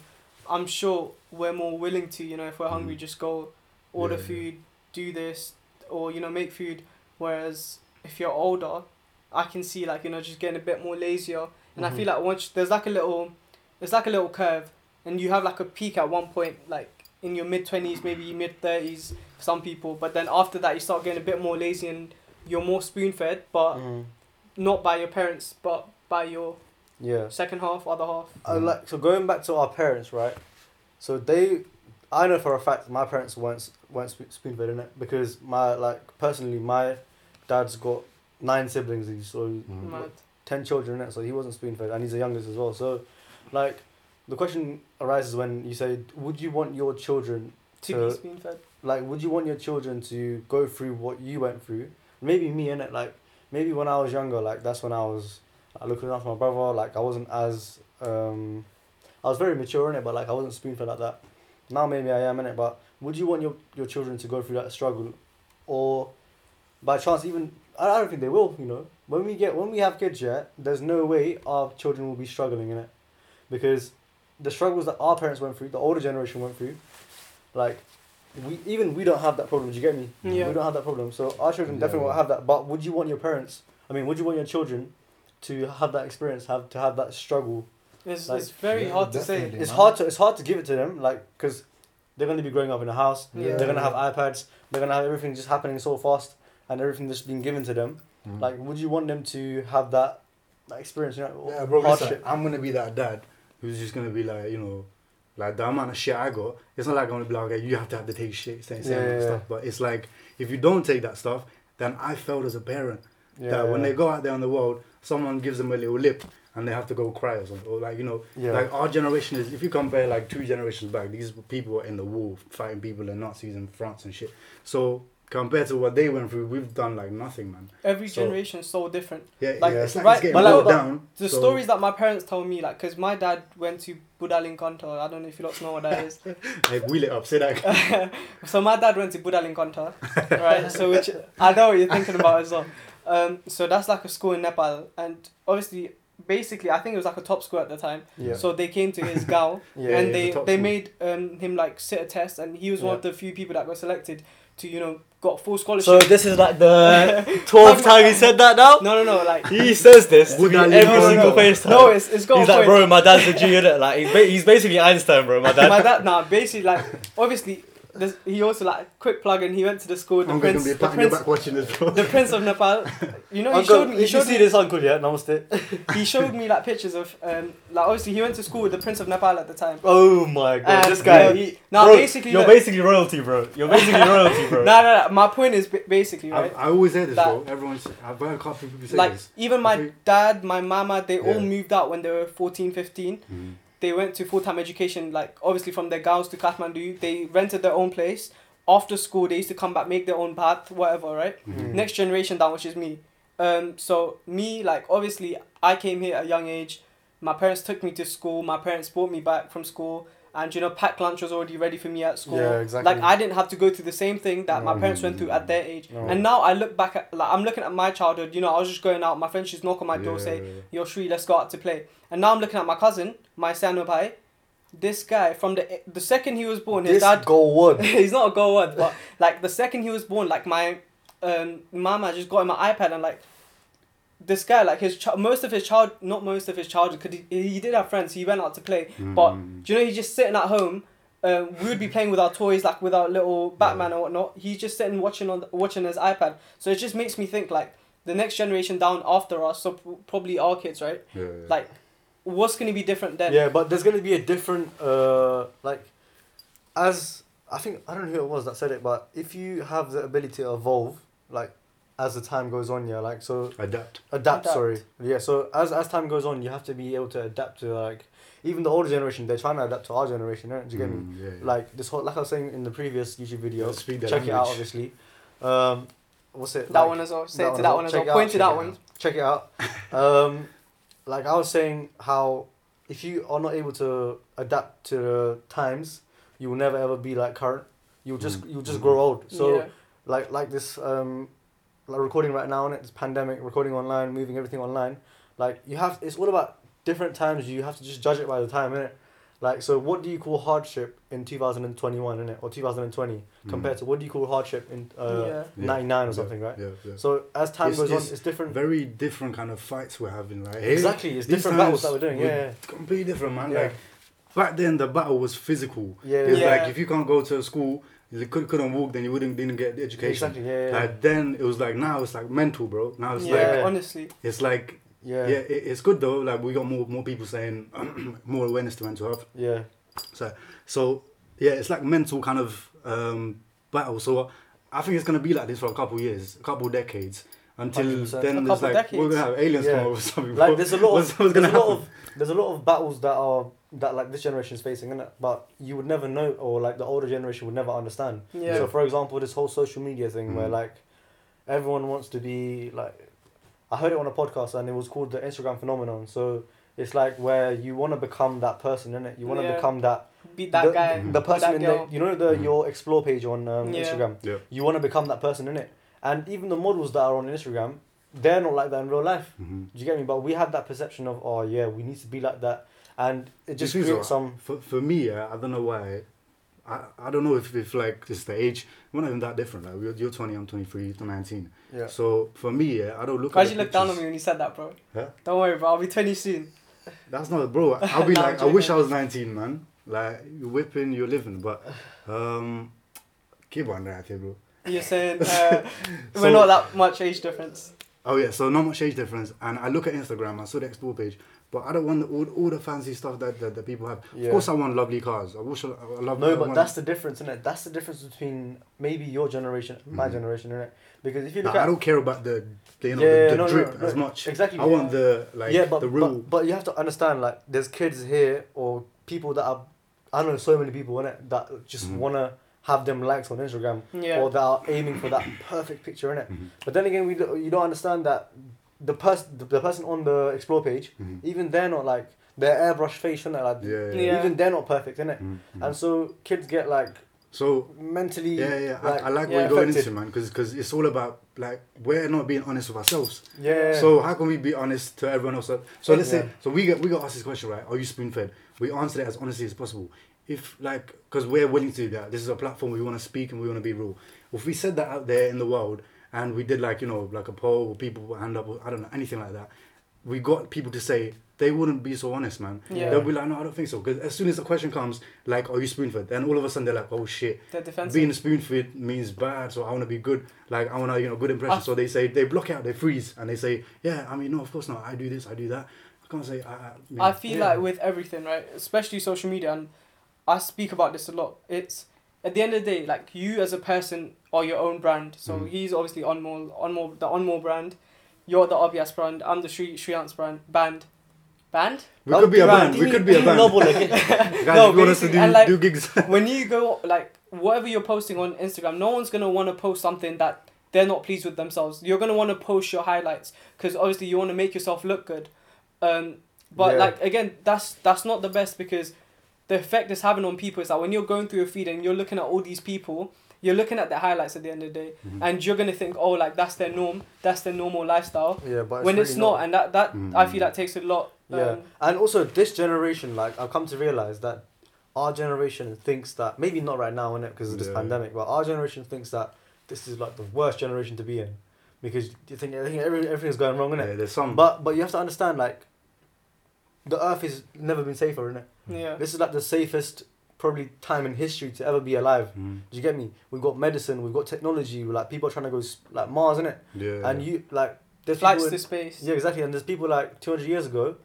[SPEAKER 1] I'm sure we're more willing to, you know, if we're hungry,
[SPEAKER 3] Mm.
[SPEAKER 1] just go order
[SPEAKER 3] Yeah, yeah.
[SPEAKER 1] food, do this, or, you know, make food. Whereas if you're older, I can see like, you know, just getting a bit more lazier. And I
[SPEAKER 3] Mm-hmm.
[SPEAKER 2] Mhm.
[SPEAKER 1] feel like once there's like a little, it's like a little curve and you have like a peak at one point, like in your mid 20s, maybe mid 30s for some people. But then after that, you start getting a bit more lazy and you're more spoon fed. But
[SPEAKER 2] Mm.
[SPEAKER 1] not by your parents, but by your
[SPEAKER 2] Yeah.
[SPEAKER 1] second half, other half.
[SPEAKER 2] I
[SPEAKER 3] Mm.
[SPEAKER 2] like so going back to our parents, right? So they, I know for a fact my parents weren't weren't spoon fed in it because my like personally my dad's got nine siblings he's so
[SPEAKER 3] Mm.
[SPEAKER 1] Mad.
[SPEAKER 2] ten children in it so he wasn't spoon fed and he's the youngest as well so, like, the question arises when you say would you want your children
[SPEAKER 1] To
[SPEAKER 2] So-
[SPEAKER 1] be spoon fed.
[SPEAKER 2] like would you want your children to go through what you went through maybe me in it like maybe when i was younger like that's when i was like, looking after my brother like i wasn't as um i was very mature in it but like i wasn't spoon fed like that now maybe i am in it but would you want your, your children to go through that struggle or by chance even I, I don't think they will you know when we get when we have kids yet there's no way our children will be struggling in it because the struggles that our parents went through the older generation went through like we even we don't have that problem do you get me
[SPEAKER 1] Yeah.
[SPEAKER 2] we don't have that problem so our children
[SPEAKER 3] Yeah,
[SPEAKER 2] definitely
[SPEAKER 3] yeah.
[SPEAKER 2] won't have that but would you want your parents i mean would you want your children to have that experience have to have that struggle
[SPEAKER 1] It's,
[SPEAKER 2] Like-
[SPEAKER 1] it's very
[SPEAKER 3] Yeah,
[SPEAKER 1] hard to
[SPEAKER 3] definitely.
[SPEAKER 1] say.
[SPEAKER 2] it's
[SPEAKER 3] man.
[SPEAKER 2] hard to it's hard to give it to them like because they're going to be growing up in a house
[SPEAKER 1] Yeah.
[SPEAKER 2] they're going to have ipads they're going to have everything just happening so fast and everything just being given to them
[SPEAKER 3] Mm.
[SPEAKER 2] like would you want them to have that, that experience you know
[SPEAKER 3] Yeah, bro, it's like,
[SPEAKER 2] hardship
[SPEAKER 3] I'm gonna be that dad who's just gonna be like, you know, like the amount of shit I got. It's not like I'm gonna be like, okay, you have to have to take shit, same, same
[SPEAKER 2] Yeah, yeah,
[SPEAKER 3] stuff. But it's like if you don't take that stuff, then I failed as a parent.
[SPEAKER 2] yeah,
[SPEAKER 3] that when
[SPEAKER 2] yeah.
[SPEAKER 3] they go out there in the world, someone gives them a little lip and they have to go cry or something. Or like you know,
[SPEAKER 2] yeah
[SPEAKER 3] like our generation is. If you compare like two generations back, these people were in the war fighting people and Nazis in France and shit. So compared to what they went through, we've done like nothing, man.
[SPEAKER 1] Every
[SPEAKER 3] So-
[SPEAKER 1] generation is so different.
[SPEAKER 3] Yeah,
[SPEAKER 1] Like,
[SPEAKER 3] yeah. It's like
[SPEAKER 1] right-
[SPEAKER 3] it's getting
[SPEAKER 1] but like-
[SPEAKER 3] brought
[SPEAKER 1] but
[SPEAKER 3] down.
[SPEAKER 1] The
[SPEAKER 3] so-
[SPEAKER 1] stories that my parents told me, like, because my dad went to Budalin Kanta. I don't know if you lot know what that is.
[SPEAKER 3] Hey, wheel it up. Say that.
[SPEAKER 1] so my dad went to Budalin Kanta, right? So which I know what you're thinking about as well. Um, so that's like a school in Nepal, and obviously, basically, I think it was like a top school at the time.
[SPEAKER 2] yeah
[SPEAKER 1] So they came to his gal,
[SPEAKER 2] yeah
[SPEAKER 1] and
[SPEAKER 3] yeah,
[SPEAKER 1] they
[SPEAKER 3] the top
[SPEAKER 1] they
[SPEAKER 3] school.
[SPEAKER 1] made um, him like sit a test, and he was one of the few people that got selected to you know got full scholarship.
[SPEAKER 4] So this is like the 12th time he said that now?
[SPEAKER 1] no, no, no, like
[SPEAKER 4] He says this to
[SPEAKER 3] Would
[SPEAKER 4] me
[SPEAKER 3] I
[SPEAKER 4] every
[SPEAKER 3] leave-
[SPEAKER 4] single
[SPEAKER 3] No, no,
[SPEAKER 4] FaceTime.
[SPEAKER 1] no, it's it's got
[SPEAKER 4] He's
[SPEAKER 1] a
[SPEAKER 4] like,
[SPEAKER 1] point.
[SPEAKER 4] bro, my dad's a Jew, innit? Like, he's, ba- he's basically Einstein, bro, my dad.
[SPEAKER 1] My dad, nah, basically like obviously, this, he also like quick plug, and he went to the school. The
[SPEAKER 3] I'm going
[SPEAKER 1] prince,
[SPEAKER 3] to be
[SPEAKER 1] the
[SPEAKER 3] patting your
[SPEAKER 1] prince,
[SPEAKER 3] back watching this, bro.
[SPEAKER 1] the prince of Nepal. You know, he
[SPEAKER 2] Uncle,
[SPEAKER 1] showed me. He
[SPEAKER 2] if you
[SPEAKER 1] showed
[SPEAKER 2] see
[SPEAKER 1] me,
[SPEAKER 2] this uncle yeah namaste
[SPEAKER 1] he showed me like pictures of um like obviously he went to school with the prince of Nepal at the time.
[SPEAKER 2] oh my god
[SPEAKER 1] And,
[SPEAKER 2] this guy
[SPEAKER 1] you know, Uh, he, now
[SPEAKER 4] Bro,
[SPEAKER 1] basically,
[SPEAKER 4] You're
[SPEAKER 1] no,
[SPEAKER 4] basically royalty, bro. You're basically royalty, bro.
[SPEAKER 1] no, no, My point is ba- basically
[SPEAKER 3] I,
[SPEAKER 1] right.
[SPEAKER 3] I always hear this,
[SPEAKER 1] That-
[SPEAKER 3] bro. Everyone's, I've heard a couple people say
[SPEAKER 1] like
[SPEAKER 3] this.
[SPEAKER 1] even
[SPEAKER 3] I
[SPEAKER 1] my
[SPEAKER 3] think-
[SPEAKER 1] dad my mama they all
[SPEAKER 3] Yeah.
[SPEAKER 1] moved out when they were 14 15 they went to full-time education like obviously from their gals to kathmandu they rented their own place after school they used to come back make their own bath whatever right
[SPEAKER 2] Mhm.
[SPEAKER 3] Mm-hmm.
[SPEAKER 1] next generation down which is me Um, so me, like obviously, I came here at a young age. My parents took me to school. My parents brought me back from school, and you know, packed lunch was already ready for me at school.
[SPEAKER 2] Yeah, exactly.
[SPEAKER 1] Like I didn't have to go through the same thing that my parents went through at their age.
[SPEAKER 2] No.
[SPEAKER 1] And now I look back at like I'm looking at my childhood. You know, I was just going out. My friends just knock on my door, say, "Yo, Shri, let's go out to play." And now I'm looking at my cousin, my sanobai. This guy from the the second he was born, his
[SPEAKER 2] This
[SPEAKER 1] dad
[SPEAKER 2] go wood.
[SPEAKER 1] he's not a god, but like the second he was born, like my um mama just got him an iPad and like this guy, like his chi- most of his child, not most of his childhood, because he, he did have friends. He went out to play, but
[SPEAKER 2] Mm.
[SPEAKER 3] Mm-hmm.
[SPEAKER 1] do you know he's just sitting at home. Um, we would be playing with our toys, like with our little Batman or whatnot. He's just sitting watching on watching his iPad. So it just makes me think like the next generation down after us, so p- probably our kids, right?
[SPEAKER 3] Yeah, yeah.
[SPEAKER 1] Like, what's gonna be different then?
[SPEAKER 2] Yeah, but there's gonna be a different uh like as I think I don't know who it was that said it, but if you have the ability to evolve, like as the time goes on, yeah, like so
[SPEAKER 3] adapt.
[SPEAKER 2] adapt,
[SPEAKER 1] Adapt.
[SPEAKER 2] sorry. Yeah, so as as time goes on you have to be able to adapt to like even the older generation, they're trying to adapt to our generation, right? Do you get me?
[SPEAKER 3] Mm, yeah, yeah.
[SPEAKER 2] Like this whole like I was saying in the previous YouTube video,
[SPEAKER 3] Yeah, speak
[SPEAKER 2] check
[SPEAKER 3] their
[SPEAKER 2] it out
[SPEAKER 3] language.
[SPEAKER 2] obviously. Um what's it
[SPEAKER 1] that
[SPEAKER 2] like-
[SPEAKER 1] one as well. Say it to
[SPEAKER 2] as
[SPEAKER 1] that
[SPEAKER 2] well.
[SPEAKER 1] one as
[SPEAKER 2] Check
[SPEAKER 1] well.
[SPEAKER 2] it out,
[SPEAKER 1] Point to
[SPEAKER 2] check
[SPEAKER 1] that
[SPEAKER 2] it
[SPEAKER 1] one.
[SPEAKER 2] out. Check it out. Um, like I was saying, how if you are not able to adapt to the times, you will never ever be like current. You'll just
[SPEAKER 3] Mm.
[SPEAKER 2] you'll just
[SPEAKER 3] Mm.
[SPEAKER 2] grow old. So
[SPEAKER 1] Yeah.
[SPEAKER 2] like like this um, like recording right now on it, this pandemic, recording online, moving everything online. Like you have, it's all about different times. You have to just judge it by the time, innit? Like so, what do you call hardship in two thousand and twenty one, innit, or two thousand and twenty, compared to what do you call hardship in uh,
[SPEAKER 3] Hmm. Yeah.
[SPEAKER 2] ninety nine or
[SPEAKER 3] Yeah,
[SPEAKER 2] something, right?
[SPEAKER 3] Yeah, yeah.
[SPEAKER 2] So as time
[SPEAKER 3] It's-
[SPEAKER 2] goes
[SPEAKER 3] it's
[SPEAKER 2] on, it's different.
[SPEAKER 3] very different kind of fights we're having. Like hey,
[SPEAKER 2] exactly, it's
[SPEAKER 3] these
[SPEAKER 2] different battles that
[SPEAKER 3] times
[SPEAKER 2] we're doing.
[SPEAKER 3] were
[SPEAKER 2] Yeah,
[SPEAKER 3] completely different, man.
[SPEAKER 2] Yeah.
[SPEAKER 3] Like back then, the battle was physical.
[SPEAKER 2] yeah,
[SPEAKER 3] It's
[SPEAKER 1] Yeah.
[SPEAKER 3] like if you can't go to school, you could, couldn't walk, then you wouldn't didn't get the
[SPEAKER 2] yeah.
[SPEAKER 3] education.
[SPEAKER 2] exactly. Yeah, yeah,
[SPEAKER 3] Like then it was like now it's like mental, bro. Now it's
[SPEAKER 1] yeah,
[SPEAKER 3] like
[SPEAKER 1] honestly.
[SPEAKER 3] it's like
[SPEAKER 2] yeah,
[SPEAKER 3] yeah,
[SPEAKER 2] yeah,
[SPEAKER 3] it, it's good though. Like we got more more people saying more awareness to mental health.
[SPEAKER 2] yeah.
[SPEAKER 3] So so yeah, it's like mental kind of um, battle. So I think it's gonna be like this for a couple years, a couple decades. Until
[SPEAKER 2] 100%.
[SPEAKER 3] then,
[SPEAKER 1] A
[SPEAKER 3] it's like
[SPEAKER 1] couple
[SPEAKER 3] we're gonna have aliens
[SPEAKER 2] Yeah.
[SPEAKER 3] come over or something. bro.
[SPEAKER 2] Like there's a lot
[SPEAKER 3] What's-
[SPEAKER 2] of
[SPEAKER 3] what's
[SPEAKER 2] there's
[SPEAKER 3] gonna
[SPEAKER 2] a lot
[SPEAKER 3] happen?
[SPEAKER 2] of there's a lot of battles that are that like this generation is facing, innit? But you would never know, or like the older generation would never understand.
[SPEAKER 1] Yeah.
[SPEAKER 2] So for example, this whole social media thing where
[SPEAKER 3] Mm.
[SPEAKER 2] like everyone wants to be like, I heard it on a podcast and it was called the Instagram phenomenon. So. It's like where you want to become that person, innit? You want to
[SPEAKER 1] Yeah.
[SPEAKER 2] become that
[SPEAKER 1] be that
[SPEAKER 2] the,
[SPEAKER 1] guy,
[SPEAKER 2] the
[SPEAKER 1] or
[SPEAKER 2] person
[SPEAKER 1] that
[SPEAKER 2] in
[SPEAKER 1] girl. Mm.
[SPEAKER 2] the you know the
[SPEAKER 3] Mhm.
[SPEAKER 2] your explore page on um,
[SPEAKER 1] Yeah.
[SPEAKER 2] Instagram.
[SPEAKER 3] Yeah.
[SPEAKER 2] You want to become that person in it, and even the models that are on Instagram, they're not like that in real life.
[SPEAKER 3] Mhm.
[SPEAKER 2] Do you get me? But we have that perception of oh yeah, we need to be like that, and it just
[SPEAKER 3] This is
[SPEAKER 2] creates some.
[SPEAKER 3] For, for me, yeah, I don't know why. I, I don't know if, if like it's the age. We're not even that different. Like you're, you're 20, I'm 23, you're 19.
[SPEAKER 2] Yeah.
[SPEAKER 3] So for me, yeah, I don't look.
[SPEAKER 1] Why'd
[SPEAKER 3] at
[SPEAKER 1] you
[SPEAKER 3] the
[SPEAKER 1] look down on me
[SPEAKER 3] pictures.
[SPEAKER 1] when you said that, bro?
[SPEAKER 3] Huh?
[SPEAKER 1] Don't worry, bro. I'll be 20 soon.
[SPEAKER 3] That's not, bro. I'll be
[SPEAKER 1] No,
[SPEAKER 3] like, I
[SPEAKER 1] I'm
[SPEAKER 3] wish I
[SPEAKER 1] joking.
[SPEAKER 3] was 19, man. Like you're whipping, you're living, but um, keep on that, bro.
[SPEAKER 1] You're saying uh,
[SPEAKER 3] So-
[SPEAKER 1] we're not that much age difference.
[SPEAKER 3] Oh yeah, so not much age difference. And I look at Instagram, I saw the explore page, but I don't want all, all the fancy stuff that, that, that people have.
[SPEAKER 2] Yeah.
[SPEAKER 3] Of course, I want lovely cars. I wish I, I love. I
[SPEAKER 2] No, but
[SPEAKER 3] want-
[SPEAKER 2] that's the difference in it. That's the difference between maybe your generation, my
[SPEAKER 3] Mhm.
[SPEAKER 2] generation in it, because if you
[SPEAKER 3] Like,
[SPEAKER 2] look
[SPEAKER 3] I
[SPEAKER 2] at
[SPEAKER 3] don't care about the, the you know
[SPEAKER 2] Yeah,
[SPEAKER 3] the, the
[SPEAKER 2] no, no,
[SPEAKER 3] drip
[SPEAKER 2] no,
[SPEAKER 3] as much.
[SPEAKER 2] exactly.
[SPEAKER 3] I want the like
[SPEAKER 2] yeah, but,
[SPEAKER 3] the real.
[SPEAKER 2] but but you have to understand like there's kids here or people that are I know so many people in it that just
[SPEAKER 3] Mhm.
[SPEAKER 2] wanna have them likes on Instagram
[SPEAKER 1] Yeah.
[SPEAKER 2] or that are aiming for that perfect picture in it.
[SPEAKER 3] Mhm.
[SPEAKER 2] But then again, we do, you don't understand that the person the, the person on the explore page
[SPEAKER 3] Mhm.
[SPEAKER 2] even they're not like their airbrush face in it like
[SPEAKER 3] Yeah, yeah.
[SPEAKER 1] Yeah.
[SPEAKER 2] even they're not perfect in it.
[SPEAKER 3] Mhm, mhm.
[SPEAKER 2] And so kids get like
[SPEAKER 3] So
[SPEAKER 2] mentally
[SPEAKER 3] yeah, yeah, I,
[SPEAKER 2] like,
[SPEAKER 3] I like
[SPEAKER 1] yeah,
[SPEAKER 3] where you're going
[SPEAKER 2] affected.
[SPEAKER 3] into, man, because it's all about like we're not being honest with ourselves.
[SPEAKER 2] yeah
[SPEAKER 3] So how can we be honest to everyone else? So let's say
[SPEAKER 2] Yeah.
[SPEAKER 3] so we get we got asked this question, right? Are you spoon fed? We answered it as honestly as possible. If like because we're willing to do that. This is a platform we want to speak and we want to be real. If we said that out there in the world and we did like you know like a poll or people put hand up or I don't know anything like that, we got people to say they wouldn't be so honest, man.
[SPEAKER 1] Yeah.
[SPEAKER 3] They'll be like, no, I don't think so. Because as soon as the question comes, like, are you spoon fed? Then all of a sudden they're like, oh shit.
[SPEAKER 1] They're defensive.
[SPEAKER 3] Being spoon fed means bad, so I want to be good. Like I want to, you know, good impression.
[SPEAKER 1] I-
[SPEAKER 3] so they say they block out, they freeze, and they say, yeah, I mean, no, of course not. I do this, I do that. I can't say. I, I, you know,
[SPEAKER 1] I feel
[SPEAKER 3] yeah.
[SPEAKER 1] like with everything, right, especially social media, and I speak about this a lot. It's at the end of the day, like you as a person are your own brand. So
[SPEAKER 3] Mm.
[SPEAKER 1] he's obviously on more, on more, the on more brand. You're the obvious brand. I'm the Sri Sriant's brand. Band, band.
[SPEAKER 3] we could be a band. We
[SPEAKER 2] Didn't-
[SPEAKER 3] could be a
[SPEAKER 2] didn't
[SPEAKER 3] band.
[SPEAKER 2] Noble again.
[SPEAKER 3] Guys,
[SPEAKER 1] No,
[SPEAKER 3] if you want us to
[SPEAKER 1] basically,
[SPEAKER 3] do,
[SPEAKER 1] and like-
[SPEAKER 3] do gigs.
[SPEAKER 1] when you go like whatever you're posting on Instagram, no one's gonna want to post something that they're not pleased with themselves. You're gonna want to post your highlights because obviously you want to make yourself look good. Um, but
[SPEAKER 2] Yeah.
[SPEAKER 1] like again, that's that's not the best because the effect it's having on people is that when you're going through your feed and you're looking at all these people, you're looking at their highlights at the end of the day,
[SPEAKER 3] Mhm.
[SPEAKER 1] and you're gonna think, oh, like that's their norm, that's their normal lifestyle.
[SPEAKER 2] Yeah, but
[SPEAKER 1] when
[SPEAKER 2] really
[SPEAKER 1] it's not, and that that I feel
[SPEAKER 3] Mm.
[SPEAKER 1] that takes a lot. Um,
[SPEAKER 2] Yeah, and also this generation, like I've come to realize that our generation thinks that maybe not right now, in it because of this
[SPEAKER 3] Yeah.
[SPEAKER 2] pandemic, but our generation thinks that this is like the worst generation to be in because you think, you think every, everything's going wrong in
[SPEAKER 3] Yeah,
[SPEAKER 2] it.
[SPEAKER 3] there's some.
[SPEAKER 2] But but you have to understand like the Earth has never been safer in it.
[SPEAKER 1] yeah.
[SPEAKER 2] This is like the safest probably time in history to ever be alive.
[SPEAKER 3] Mm.
[SPEAKER 2] Do you get me? We've got medicine, we've got technology. Like people are trying to go s- like Mars in it,
[SPEAKER 3] Yeah.
[SPEAKER 2] and you like there's
[SPEAKER 1] Flights
[SPEAKER 2] people in-
[SPEAKER 1] to space.
[SPEAKER 2] yeah, exactly. And there's people like 200 years ago,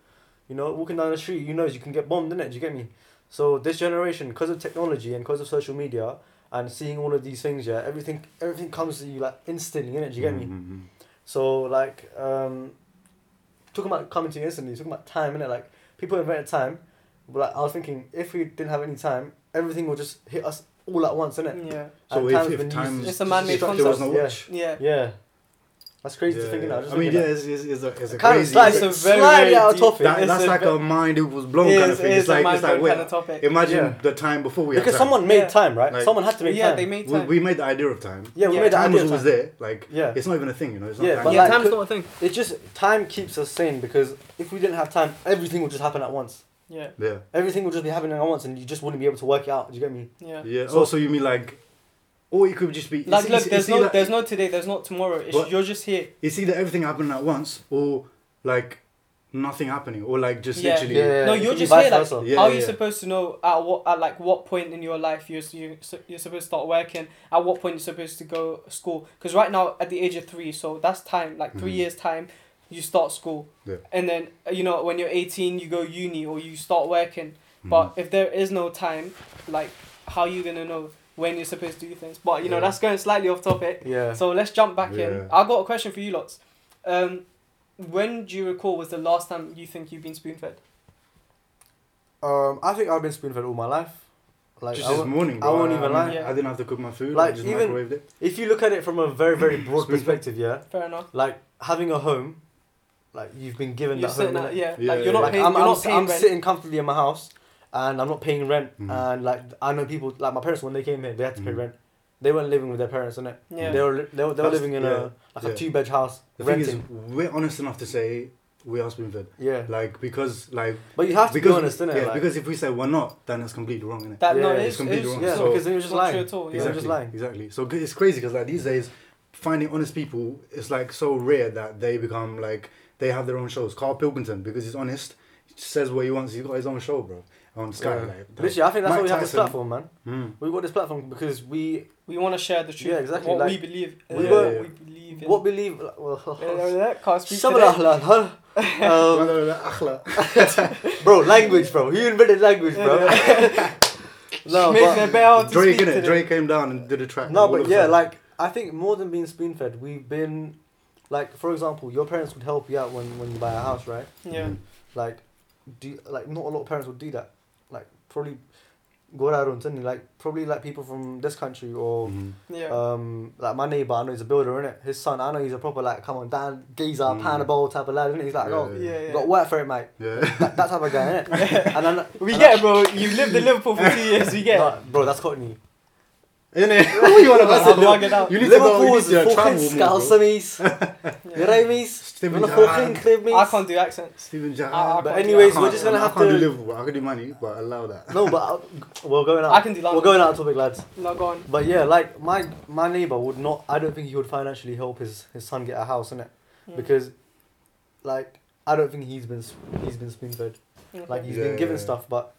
[SPEAKER 2] you know, walking down the street, you know, you can get bombed, innit? Do you get me? So this generation, because of technology and because of social media and seeing all of these things, yeah, everything everything comes to you like instantly, innit? Do you get me?
[SPEAKER 3] Mm,
[SPEAKER 2] So like, um, talking about coming to you instantly, talking about time, innit? Like people invented time, but like, I was thinking if we didn't have any time, everything would just hit us all at once, innit?
[SPEAKER 1] Yeah.
[SPEAKER 3] So
[SPEAKER 2] And
[SPEAKER 3] if,
[SPEAKER 2] time's
[SPEAKER 3] if
[SPEAKER 2] been
[SPEAKER 3] time
[SPEAKER 2] used-
[SPEAKER 1] It's a man-made
[SPEAKER 3] structure was
[SPEAKER 1] concept.
[SPEAKER 3] not
[SPEAKER 2] Yeah.
[SPEAKER 3] watch.
[SPEAKER 1] Yeah.
[SPEAKER 2] Yeah, that's crazy to
[SPEAKER 3] Yeah,
[SPEAKER 2] think
[SPEAKER 3] yeah.
[SPEAKER 2] about. Just
[SPEAKER 3] I mean,
[SPEAKER 2] thinking
[SPEAKER 3] yeah,
[SPEAKER 2] that.
[SPEAKER 3] it's, it's, it's a, it's a
[SPEAKER 2] Kind of
[SPEAKER 3] crazy.
[SPEAKER 1] slice
[SPEAKER 2] slightly,
[SPEAKER 1] It's a very
[SPEAKER 2] slightly out of
[SPEAKER 1] deep-
[SPEAKER 2] topic.
[SPEAKER 3] that,
[SPEAKER 2] It's
[SPEAKER 3] that's
[SPEAKER 2] a
[SPEAKER 3] like
[SPEAKER 2] ve-
[SPEAKER 3] a mind it was blown
[SPEAKER 1] It is,
[SPEAKER 3] kind of thing.
[SPEAKER 1] it
[SPEAKER 3] It's
[SPEAKER 1] is a
[SPEAKER 3] like it's like
[SPEAKER 1] mind-blowing kind
[SPEAKER 3] wait,
[SPEAKER 1] of topic.
[SPEAKER 3] imagine
[SPEAKER 2] Yeah.
[SPEAKER 3] the time before we
[SPEAKER 2] because
[SPEAKER 3] had time.
[SPEAKER 2] someone made
[SPEAKER 1] Yeah.
[SPEAKER 2] time, right?
[SPEAKER 3] Like-
[SPEAKER 2] someone had to make
[SPEAKER 1] Yeah,
[SPEAKER 2] time.
[SPEAKER 1] they made
[SPEAKER 3] we,
[SPEAKER 1] time.
[SPEAKER 3] we made the idea of time.
[SPEAKER 2] yeah, we
[SPEAKER 1] Yeah,
[SPEAKER 2] made the
[SPEAKER 3] time
[SPEAKER 2] idea.
[SPEAKER 3] was
[SPEAKER 2] of
[SPEAKER 3] always
[SPEAKER 2] time.
[SPEAKER 3] there. Like
[SPEAKER 2] Yeah.
[SPEAKER 3] it's not even a thing, you know. It's not
[SPEAKER 2] Yeah,
[SPEAKER 3] time.
[SPEAKER 2] but
[SPEAKER 1] yeah,
[SPEAKER 2] like-
[SPEAKER 1] time's
[SPEAKER 2] could-
[SPEAKER 1] not a thing.
[SPEAKER 2] It just time keeps us sane because if we didn't have time, everything would just happen at once.
[SPEAKER 1] Yeah,
[SPEAKER 3] yeah,
[SPEAKER 2] Everything would just be happening at once, and you just wouldn't be able to work it out. Do you get me?
[SPEAKER 1] yeah.
[SPEAKER 3] yeah.
[SPEAKER 2] So-
[SPEAKER 3] So, also, you mean like, or it could just be
[SPEAKER 1] Like,
[SPEAKER 3] it's,
[SPEAKER 1] look,
[SPEAKER 3] it's,
[SPEAKER 1] there's
[SPEAKER 3] it's
[SPEAKER 1] no,
[SPEAKER 3] either,
[SPEAKER 1] there's no today, there's not tomorrow. It's,
[SPEAKER 3] What?
[SPEAKER 1] you're just here.
[SPEAKER 3] it's either everything happening at once or like nothing happening or like just
[SPEAKER 1] Yeah.
[SPEAKER 3] literally.
[SPEAKER 1] No, you're
[SPEAKER 2] it could be
[SPEAKER 1] just here,
[SPEAKER 2] vice
[SPEAKER 1] like-
[SPEAKER 2] versa.
[SPEAKER 3] Yeah,
[SPEAKER 1] How are
[SPEAKER 3] yeah,
[SPEAKER 1] you
[SPEAKER 3] yeah.
[SPEAKER 1] supposed to know at what at like what point in your life you're you you're supposed to start working? At what point you're supposed to go school? Because right now, at the age of three, so that's time. Like 3
[SPEAKER 3] Mhm.
[SPEAKER 1] years time, you start school.
[SPEAKER 3] Yeah.
[SPEAKER 1] And then uh, you know when you're eighteen, you go uni or you start working.
[SPEAKER 3] Hmm.
[SPEAKER 1] But
[SPEAKER 2] Mm.
[SPEAKER 1] if there is no time, like how are you gonna know when you're supposed to do things? But you know
[SPEAKER 3] Yeah.
[SPEAKER 1] that's going slightly off topic.
[SPEAKER 2] Yeah.
[SPEAKER 1] So let's jump back in.
[SPEAKER 3] Yeah.
[SPEAKER 1] I got a question for you lots. Um, when do you recall was the last time you think you've been spoon fed?
[SPEAKER 2] Um, I think I've been spoon fed all my life. Like,
[SPEAKER 3] just
[SPEAKER 2] I
[SPEAKER 3] this
[SPEAKER 2] won't-
[SPEAKER 3] morning.
[SPEAKER 2] I
[SPEAKER 3] bro.
[SPEAKER 2] won't even
[SPEAKER 3] mean,
[SPEAKER 1] lie. Yeah.
[SPEAKER 3] I didn't have to cook my food.
[SPEAKER 2] Like,
[SPEAKER 3] I just
[SPEAKER 2] even-
[SPEAKER 3] microwaved it.
[SPEAKER 2] if you look at it from a very, very broad
[SPEAKER 3] Spoon fed.
[SPEAKER 2] perspective, yeah,
[SPEAKER 1] Fair enough.
[SPEAKER 2] like having a home, like you've been given
[SPEAKER 1] You're
[SPEAKER 2] that home.
[SPEAKER 1] sitting at,
[SPEAKER 2] innit?
[SPEAKER 1] yeah,
[SPEAKER 3] Yeah,
[SPEAKER 1] like
[SPEAKER 3] yeah,
[SPEAKER 1] you're not
[SPEAKER 3] yeah.
[SPEAKER 2] Like
[SPEAKER 1] paying.
[SPEAKER 2] I'm,
[SPEAKER 1] you're
[SPEAKER 2] I'm,
[SPEAKER 1] not
[SPEAKER 2] si-
[SPEAKER 1] paying
[SPEAKER 2] I'm
[SPEAKER 1] rent.
[SPEAKER 2] sitting comfortably in my house, and I'm not paying rent.
[SPEAKER 3] Mhm.
[SPEAKER 2] And like I know people, like my parents when they came here, they had to pay
[SPEAKER 3] Mhm.
[SPEAKER 2] rent. They weren't living with their parents, innit?
[SPEAKER 1] Yeah.
[SPEAKER 2] They were li- they were, they were
[SPEAKER 3] That's-
[SPEAKER 2] living in
[SPEAKER 3] yeah,
[SPEAKER 2] a like a
[SPEAKER 3] yeah.
[SPEAKER 2] two bed house
[SPEAKER 3] The
[SPEAKER 2] renting.
[SPEAKER 3] thing is, we're honest enough to say we are spoon fed.
[SPEAKER 2] yeah,
[SPEAKER 3] Like because like
[SPEAKER 2] but you have to
[SPEAKER 3] because
[SPEAKER 2] be honest, innit?
[SPEAKER 3] yeah,
[SPEAKER 2] like,
[SPEAKER 3] because if we say we're not, then it's completely wrong, innit?
[SPEAKER 1] That no,
[SPEAKER 2] Yeah,
[SPEAKER 1] it
[SPEAKER 2] it's
[SPEAKER 1] is, it
[SPEAKER 3] completely
[SPEAKER 1] is-
[SPEAKER 3] wrong.
[SPEAKER 2] yeah,
[SPEAKER 1] it's
[SPEAKER 3] so-
[SPEAKER 1] not-
[SPEAKER 2] because then you're just
[SPEAKER 1] not true
[SPEAKER 2] lying.
[SPEAKER 1] at all. Yeah.
[SPEAKER 2] Exactly. just lying.
[SPEAKER 3] Exactly. So g- it's crazy because like these days, finding honest people is like so rare that they become like they have their own shows. Carl Pilkington because he's honest, he says what he wants. He's got his own show, bro, on Sky.
[SPEAKER 2] Yeah.
[SPEAKER 3] Like, that-
[SPEAKER 2] Literally, I think that's why
[SPEAKER 3] Mike
[SPEAKER 2] we have this
[SPEAKER 3] Tyson.
[SPEAKER 2] platform, man.
[SPEAKER 3] Mm.
[SPEAKER 2] We got this platform because we
[SPEAKER 1] We want to share the truth.
[SPEAKER 2] Yeah, exactly,
[SPEAKER 1] What
[SPEAKER 2] like-
[SPEAKER 1] we believe.
[SPEAKER 2] We
[SPEAKER 1] uh, what
[SPEAKER 2] were-
[SPEAKER 1] we believe in.
[SPEAKER 2] what believe. like, Well,
[SPEAKER 1] Yeah, Can't speak
[SPEAKER 2] Some of
[SPEAKER 1] today.
[SPEAKER 2] the- um,
[SPEAKER 3] Akhla.
[SPEAKER 2] bro, language, bro. You invented language, bro. no,
[SPEAKER 1] Make
[SPEAKER 2] but
[SPEAKER 1] them better to
[SPEAKER 3] Dre,
[SPEAKER 1] speak
[SPEAKER 3] innit?
[SPEAKER 1] today.
[SPEAKER 3] Dre came down and did a track.
[SPEAKER 2] No,
[SPEAKER 3] all
[SPEAKER 2] but
[SPEAKER 3] of
[SPEAKER 2] yeah,
[SPEAKER 3] that.
[SPEAKER 2] like I think more than being spoon fed, we've been like for example, your parents would help you out when, when you buy a house, right?
[SPEAKER 1] Yeah.
[SPEAKER 3] Hmm.
[SPEAKER 2] Like do like not a lot of parents would do that. Like probably go out on something like probably like people from this country or
[SPEAKER 3] Mhm.
[SPEAKER 1] Yeah.
[SPEAKER 2] um like my neighbour, I know he's a builder, innit? His son, I know he's a proper like come on down, geezer,
[SPEAKER 3] Mm.
[SPEAKER 2] pan a bowl type of lad, innit? He's like,
[SPEAKER 3] Yeah,
[SPEAKER 2] oh
[SPEAKER 1] Yeah.
[SPEAKER 3] uh,
[SPEAKER 2] you
[SPEAKER 1] Yeah.
[SPEAKER 2] got work for it, mate.
[SPEAKER 3] Yeah.
[SPEAKER 2] That, that type of guy, innit? and then
[SPEAKER 1] We get it, bro. You lived in Liverpool for two years. We get it.
[SPEAKER 2] no, bro, that's Cockney.
[SPEAKER 3] Innit? What you want about
[SPEAKER 1] That's a
[SPEAKER 3] that, bro?
[SPEAKER 1] drug it out.
[SPEAKER 3] You need to go. You need
[SPEAKER 2] Liverpool's fucking
[SPEAKER 3] to travel more, bro.
[SPEAKER 2] Scousamies.
[SPEAKER 1] Yeah.
[SPEAKER 2] You know what I mean?
[SPEAKER 3] Stupid
[SPEAKER 2] Wanna
[SPEAKER 3] guy.
[SPEAKER 2] fucking clip me?
[SPEAKER 1] I can't do accents.
[SPEAKER 3] Steven Gerrard.
[SPEAKER 1] I- I can't
[SPEAKER 2] Uh, But
[SPEAKER 1] do
[SPEAKER 2] anyways,
[SPEAKER 1] accents.
[SPEAKER 2] we're just gonna
[SPEAKER 3] I
[SPEAKER 2] have
[SPEAKER 3] can't
[SPEAKER 2] to-
[SPEAKER 3] do Liverpool. I can do money, but allow that.
[SPEAKER 2] No, but I'll, we're going out.
[SPEAKER 1] I can do London.
[SPEAKER 2] We're going out of topic, lads.
[SPEAKER 1] No, go on.
[SPEAKER 2] But yeah, like my my neighbor would not. I don't think he would financially help his his son get a house, innit?
[SPEAKER 1] Mm.
[SPEAKER 2] Because, like, I don't think he's been sp- he's been spoon fed.
[SPEAKER 1] Okay.
[SPEAKER 2] Like he's
[SPEAKER 3] Yeah,
[SPEAKER 2] been
[SPEAKER 3] yeah,
[SPEAKER 2] given
[SPEAKER 3] yeah.
[SPEAKER 2] stuff, but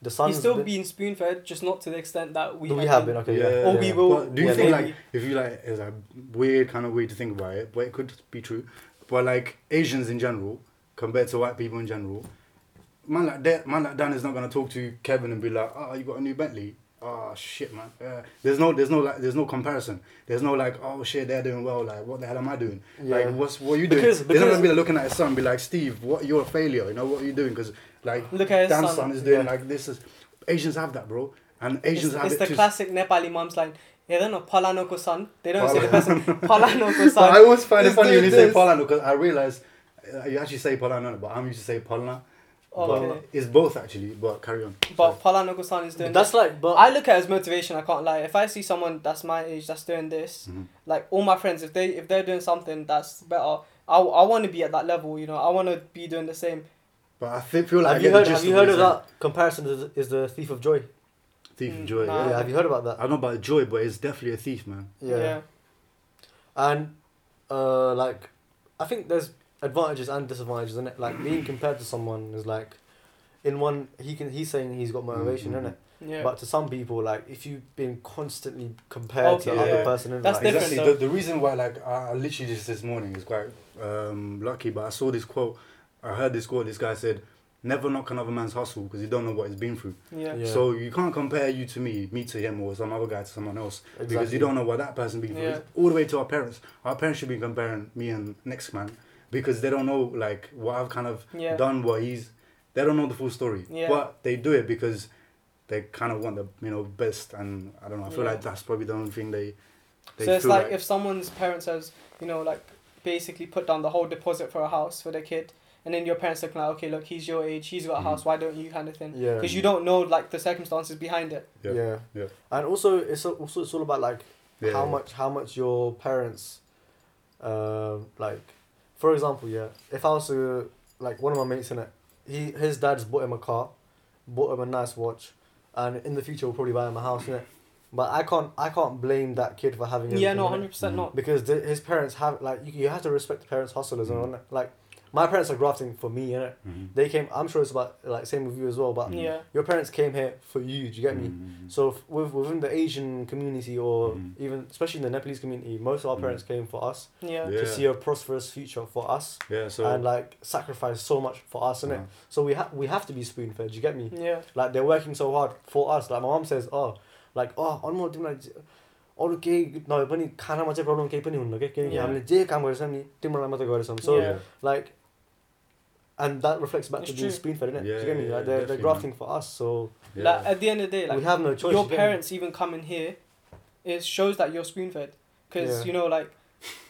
[SPEAKER 2] the son.
[SPEAKER 1] He's still
[SPEAKER 2] been,
[SPEAKER 1] being spoon fed, just not to the extent that we,
[SPEAKER 2] No, we have been. Okay, yeah.
[SPEAKER 1] Or
[SPEAKER 2] yeah.
[SPEAKER 1] we will-
[SPEAKER 3] But do you
[SPEAKER 2] Yeah,
[SPEAKER 3] think
[SPEAKER 1] maybe.
[SPEAKER 3] like if you like it's a weird kind of way to think about it, but it could be true. But like Asians in general, compared to white people in general, man like that, man like Dan is not gonna talk to Kevin and be like, oh, you got a new Bentley. Oh shit, man. Uh, there's no, there's no like, there's no comparison. There's no like, oh shit, they're doing well. Like, what the hell am I doing?
[SPEAKER 2] Yeah.
[SPEAKER 3] Like, what's what are you doing?
[SPEAKER 2] Because-
[SPEAKER 3] they're not
[SPEAKER 2] because-
[SPEAKER 3] gonna be like, looking at his son and be like, Steve, what you're a failure. You know what are you doing? Because like,
[SPEAKER 1] Look at his
[SPEAKER 3] Dan's
[SPEAKER 1] son.
[SPEAKER 3] son is doing
[SPEAKER 2] Yeah.
[SPEAKER 3] like this. Is Asians have that, bro. And
[SPEAKER 1] It's,
[SPEAKER 3] Asians have
[SPEAKER 1] it's
[SPEAKER 3] it
[SPEAKER 1] the
[SPEAKER 3] to
[SPEAKER 1] classic Nepali mom's line. Yeah, they're not Palano ko san. They don't say the person Palano ko
[SPEAKER 3] But I
[SPEAKER 1] san.
[SPEAKER 3] always find it
[SPEAKER 1] Let's
[SPEAKER 3] funny
[SPEAKER 1] do
[SPEAKER 3] when you say
[SPEAKER 1] this.
[SPEAKER 3] Polano because I realize uh, you actually say Polano, but I'm used to say Polana.
[SPEAKER 1] Oh, Okay.
[SPEAKER 3] But it's both actually, but carry on.
[SPEAKER 1] But Palano ko san is doing.
[SPEAKER 2] That's like, but
[SPEAKER 1] I look at it as motivation. I can't lie. If I see someone that's my age that's doing this,
[SPEAKER 3] Mhm.
[SPEAKER 1] like all my friends, if they if they're doing something that's better, I, I want to be at that level. You know, I want to be doing the same.
[SPEAKER 3] But I thi- feel like I
[SPEAKER 2] have
[SPEAKER 3] get
[SPEAKER 2] you
[SPEAKER 3] the
[SPEAKER 2] heard?
[SPEAKER 3] gist
[SPEAKER 2] Have you
[SPEAKER 3] what
[SPEAKER 2] heard of
[SPEAKER 3] you're saying.
[SPEAKER 2] that comparison? Is, is the thief of joy?
[SPEAKER 3] Thief and
[SPEAKER 1] Mm,
[SPEAKER 3] joy.
[SPEAKER 1] nah.
[SPEAKER 3] Yeah.
[SPEAKER 2] yeah, have you heard about
[SPEAKER 3] I
[SPEAKER 2] that?
[SPEAKER 3] don't know about joy, but it's definitely a thief, man.
[SPEAKER 1] Yeah.
[SPEAKER 2] and uh, like I think there's advantages and disadvantages in it. Like being compared to someone is like, in one he can he's saying he's got motivation
[SPEAKER 1] Mm-hmm.
[SPEAKER 2] in it,
[SPEAKER 1] Yeah.
[SPEAKER 2] but to some people like if you've been constantly compared to
[SPEAKER 1] Okay,
[SPEAKER 2] another
[SPEAKER 1] yeah.
[SPEAKER 2] person, in
[SPEAKER 1] That's
[SPEAKER 2] like,
[SPEAKER 1] different.
[SPEAKER 3] Exactly. The,
[SPEAKER 1] though.
[SPEAKER 3] the reason why, like, I, I literally just this morning is quite um, lucky, but I saw this quote. I heard this quote. This guy said, "Never knock another man's hustle because you don't know what he's been through.
[SPEAKER 1] yeah.
[SPEAKER 2] Yeah.
[SPEAKER 3] So you can't compare you to me, me to him, or some other guy to someone else because
[SPEAKER 2] Exactly.
[SPEAKER 3] you don't know what that person been through.
[SPEAKER 1] Yeah.
[SPEAKER 3] It's All the way to our parents. Our parents should be comparing me and next man because they don't know like what I've kind of
[SPEAKER 1] Yeah.
[SPEAKER 3] done, what he's. They don't know the full story,
[SPEAKER 1] Yeah.
[SPEAKER 3] but they do it because they kind of want the you know best, and I don't know. I feel
[SPEAKER 1] Yeah.
[SPEAKER 3] like that's probably the only thing they. they
[SPEAKER 1] So it's
[SPEAKER 3] feel
[SPEAKER 1] like, if someone's parents has, you know, like basically put down the whole deposit for a house for their kid, and then your parents look like, okay, look, he's your age, he's got a
[SPEAKER 3] Mhm.
[SPEAKER 1] house, why don't you kind of thing?
[SPEAKER 2] Yeah.
[SPEAKER 1] Because you don't know like the circumstances behind it.
[SPEAKER 3] Yeah,
[SPEAKER 2] yeah.
[SPEAKER 3] yeah.
[SPEAKER 2] And also, it's al- also it's all about like
[SPEAKER 3] Yeah,
[SPEAKER 2] how
[SPEAKER 3] yeah.
[SPEAKER 2] much how much your parents, uh, like, for example, yeah. If I was to like one of my mates in it, he his dad's bought him a car, bought him a nice watch, and in the future will probably buy him a house in it. But I can't I can't blame that kid for having.
[SPEAKER 1] yeah,
[SPEAKER 2] everything,
[SPEAKER 1] no,
[SPEAKER 2] innit?
[SPEAKER 1] hundred percent
[SPEAKER 3] Mhm.
[SPEAKER 1] not.
[SPEAKER 2] Because the, his parents have like you, you have to respect the parents' hustle as well.
[SPEAKER 3] Mm.
[SPEAKER 2] innit? Like, my parents are grafting for me in it.
[SPEAKER 3] Mhm.
[SPEAKER 2] They came. I'm sure it's about like same with you as well. But
[SPEAKER 3] Mm.
[SPEAKER 1] Yeah.
[SPEAKER 2] your parents came here for you. Do you get me?
[SPEAKER 3] Mhm.
[SPEAKER 2] So f- with, within the Asian community or
[SPEAKER 3] Mhm.
[SPEAKER 2] even especially in the Nepalese community, most of our
[SPEAKER 3] Mhm.
[SPEAKER 2] parents came for us
[SPEAKER 1] Yeah.
[SPEAKER 3] Yeah.
[SPEAKER 2] to see a prosperous future for us
[SPEAKER 3] yeah, so
[SPEAKER 2] and like sacrifice so much for us, innit?
[SPEAKER 3] uh,
[SPEAKER 2] So we have we have to be spoon fed. You get me?
[SPEAKER 1] Yeah.
[SPEAKER 2] Like they're working so hard for us. Like my mom says, oh, like oh, I'm not doing like. अरू केही नभए पनि खानामा चाहिँ problem केही पनि हुन्न क्या किनकि
[SPEAKER 1] Yeah.
[SPEAKER 2] हामीले जे काम गरेछौँ नि तिम्रोलाई मात्रै गरेछौँ सो
[SPEAKER 1] Yeah.
[SPEAKER 2] like and that reflects back
[SPEAKER 1] It's
[SPEAKER 2] to being
[SPEAKER 1] true.
[SPEAKER 2] spoon fed innit
[SPEAKER 3] Yeah,
[SPEAKER 2] you get me
[SPEAKER 3] yeah,
[SPEAKER 2] like they're,
[SPEAKER 3] definitely,
[SPEAKER 2] they're grafting for us so
[SPEAKER 3] yeah.
[SPEAKER 1] Like at the end of the day, like
[SPEAKER 2] we have no choice
[SPEAKER 1] your
[SPEAKER 2] you get me?
[SPEAKER 1] parents even coming here, it shows that you're spoon fed, because
[SPEAKER 2] Yeah.
[SPEAKER 1] you know like,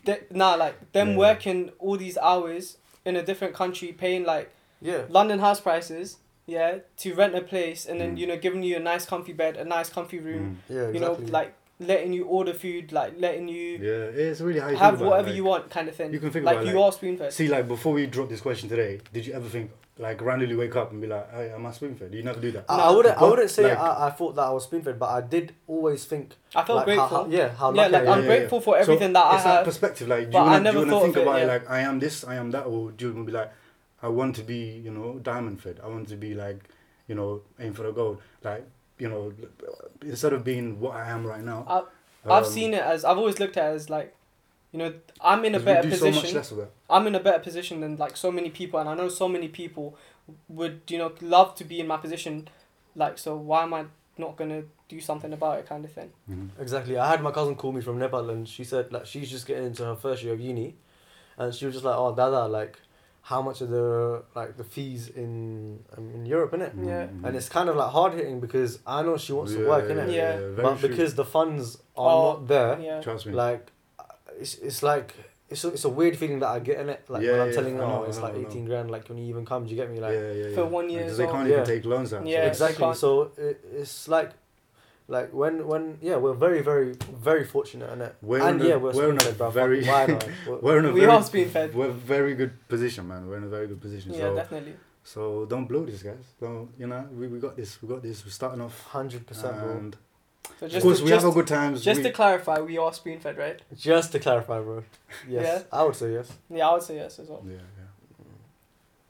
[SPEAKER 1] they, nah, like them
[SPEAKER 3] Yeah.
[SPEAKER 1] working all these hours in a different country, paying like
[SPEAKER 2] yeah
[SPEAKER 1] London house prices, yeah, to rent a place and then
[SPEAKER 3] Mm.
[SPEAKER 1] you know giving you a nice comfy bed, a nice comfy room,
[SPEAKER 2] yeah
[SPEAKER 3] Mm.
[SPEAKER 1] you
[SPEAKER 2] exactly.
[SPEAKER 1] know, like letting you order food, like letting you
[SPEAKER 3] yeah, it's really how you
[SPEAKER 1] have
[SPEAKER 3] think about it,
[SPEAKER 1] whatever
[SPEAKER 3] like-
[SPEAKER 1] you want, kind of thing.
[SPEAKER 3] you can think
[SPEAKER 1] like
[SPEAKER 3] about it,
[SPEAKER 1] you
[SPEAKER 3] like-
[SPEAKER 1] are spoon fed.
[SPEAKER 3] See, like before we dropped this question today, did you ever think, like, randomly wake up and be like, hey, am I spoon fed? You never do that.
[SPEAKER 2] I,
[SPEAKER 1] No,
[SPEAKER 2] I wouldn't. I
[SPEAKER 3] but,
[SPEAKER 2] wouldn't say
[SPEAKER 3] like-
[SPEAKER 1] uh,
[SPEAKER 2] I, I thought that I was spoon fed, but I did always think.
[SPEAKER 1] I felt
[SPEAKER 2] like,
[SPEAKER 1] grateful.
[SPEAKER 2] How, how, yeah, how
[SPEAKER 1] yeah,
[SPEAKER 2] lucky
[SPEAKER 1] like
[SPEAKER 2] I
[SPEAKER 1] I'm
[SPEAKER 2] am.
[SPEAKER 3] yeah,
[SPEAKER 1] grateful for
[SPEAKER 3] So,
[SPEAKER 1] everything that I
[SPEAKER 3] it's that
[SPEAKER 1] have.
[SPEAKER 3] perspective. Like, do
[SPEAKER 1] but
[SPEAKER 3] you
[SPEAKER 1] I
[SPEAKER 3] wanna, do
[SPEAKER 1] never
[SPEAKER 3] you wanna
[SPEAKER 1] thought
[SPEAKER 3] think
[SPEAKER 1] of it,
[SPEAKER 3] about it,
[SPEAKER 1] yeah.
[SPEAKER 3] like, I am this, I am that, or do you wanna be like, I want to be, you know, diamond fed. I want to be like, you know, aim for the gold. Like, you know, instead of being what I am right now. um,
[SPEAKER 1] I- I've seen it as I've always looked at it as like, you know, I'm in a better
[SPEAKER 3] we do
[SPEAKER 1] position.
[SPEAKER 3] so much less of that.
[SPEAKER 1] I'm in a better position than like so many people, and I know so many people would you know love to be in my position, like so why am I not gonna do something about it, kind of thing.
[SPEAKER 3] Mhm.
[SPEAKER 2] Exactly. I had my cousin call me from Nepal, and she said like she's just getting into her first year of uni, and she was just like, "Oh, Dada, like, how much are the like the fees in um, in Europe, innit?"
[SPEAKER 1] Yeah.
[SPEAKER 3] Mhm.
[SPEAKER 2] And it's kind of like hard hitting because I know she wants to
[SPEAKER 3] Yeah,
[SPEAKER 2] work, innit?
[SPEAKER 1] yeah, Yeah.
[SPEAKER 3] very
[SPEAKER 2] But
[SPEAKER 3] true.
[SPEAKER 2] because the funds are
[SPEAKER 1] Oh,
[SPEAKER 2] not there,
[SPEAKER 1] Yeah.
[SPEAKER 3] trust me,
[SPEAKER 2] like, uh, it's it's like. It's a, it's a weird feeling that I get in it. Like
[SPEAKER 3] Yeah,
[SPEAKER 2] when I'm
[SPEAKER 3] yeah,
[SPEAKER 2] telling her,
[SPEAKER 3] I
[SPEAKER 2] oh,
[SPEAKER 3] know,
[SPEAKER 2] it's
[SPEAKER 3] I
[SPEAKER 2] like
[SPEAKER 3] know, I know.
[SPEAKER 2] 18 grand, like when you even come, do you get me? Like,
[SPEAKER 3] yeah, yeah, yeah.
[SPEAKER 1] for one
[SPEAKER 3] Like,
[SPEAKER 1] year
[SPEAKER 3] 'cause
[SPEAKER 1] as
[SPEAKER 3] they
[SPEAKER 1] well.
[SPEAKER 3] can't
[SPEAKER 2] Yeah.
[SPEAKER 3] even take loans out. so
[SPEAKER 1] Yeah.
[SPEAKER 3] it's-
[SPEAKER 2] exactly
[SPEAKER 1] can't-
[SPEAKER 2] so it, it's like like when when yeah we're very very very fortunate in it
[SPEAKER 3] We're
[SPEAKER 2] and
[SPEAKER 3] in a-
[SPEAKER 2] yeah we're,
[SPEAKER 3] we're in
[SPEAKER 2] spoon-fed,
[SPEAKER 3] a
[SPEAKER 2] bruv.
[SPEAKER 3] very-
[SPEAKER 2] Why not? We're-
[SPEAKER 3] We're in a
[SPEAKER 1] We
[SPEAKER 3] very,
[SPEAKER 1] are spoon fed.
[SPEAKER 3] We're very good position, man. We're in a very good position.
[SPEAKER 1] Yeah,
[SPEAKER 3] so,
[SPEAKER 1] definitely.
[SPEAKER 3] so don't blow this, guys. Don't you know? We, we got this. We got this. We're starting off.
[SPEAKER 2] 100% bro.
[SPEAKER 3] and
[SPEAKER 1] So
[SPEAKER 3] of
[SPEAKER 1] just
[SPEAKER 3] course,
[SPEAKER 1] to,
[SPEAKER 3] we
[SPEAKER 1] just,
[SPEAKER 3] have a good time.
[SPEAKER 1] just
[SPEAKER 3] we,
[SPEAKER 1] to clarify, we are spoon fed, right?
[SPEAKER 2] just to clarify bro yes i would say yes
[SPEAKER 1] Yeah, I would say yes as well.
[SPEAKER 3] yeah, yeah.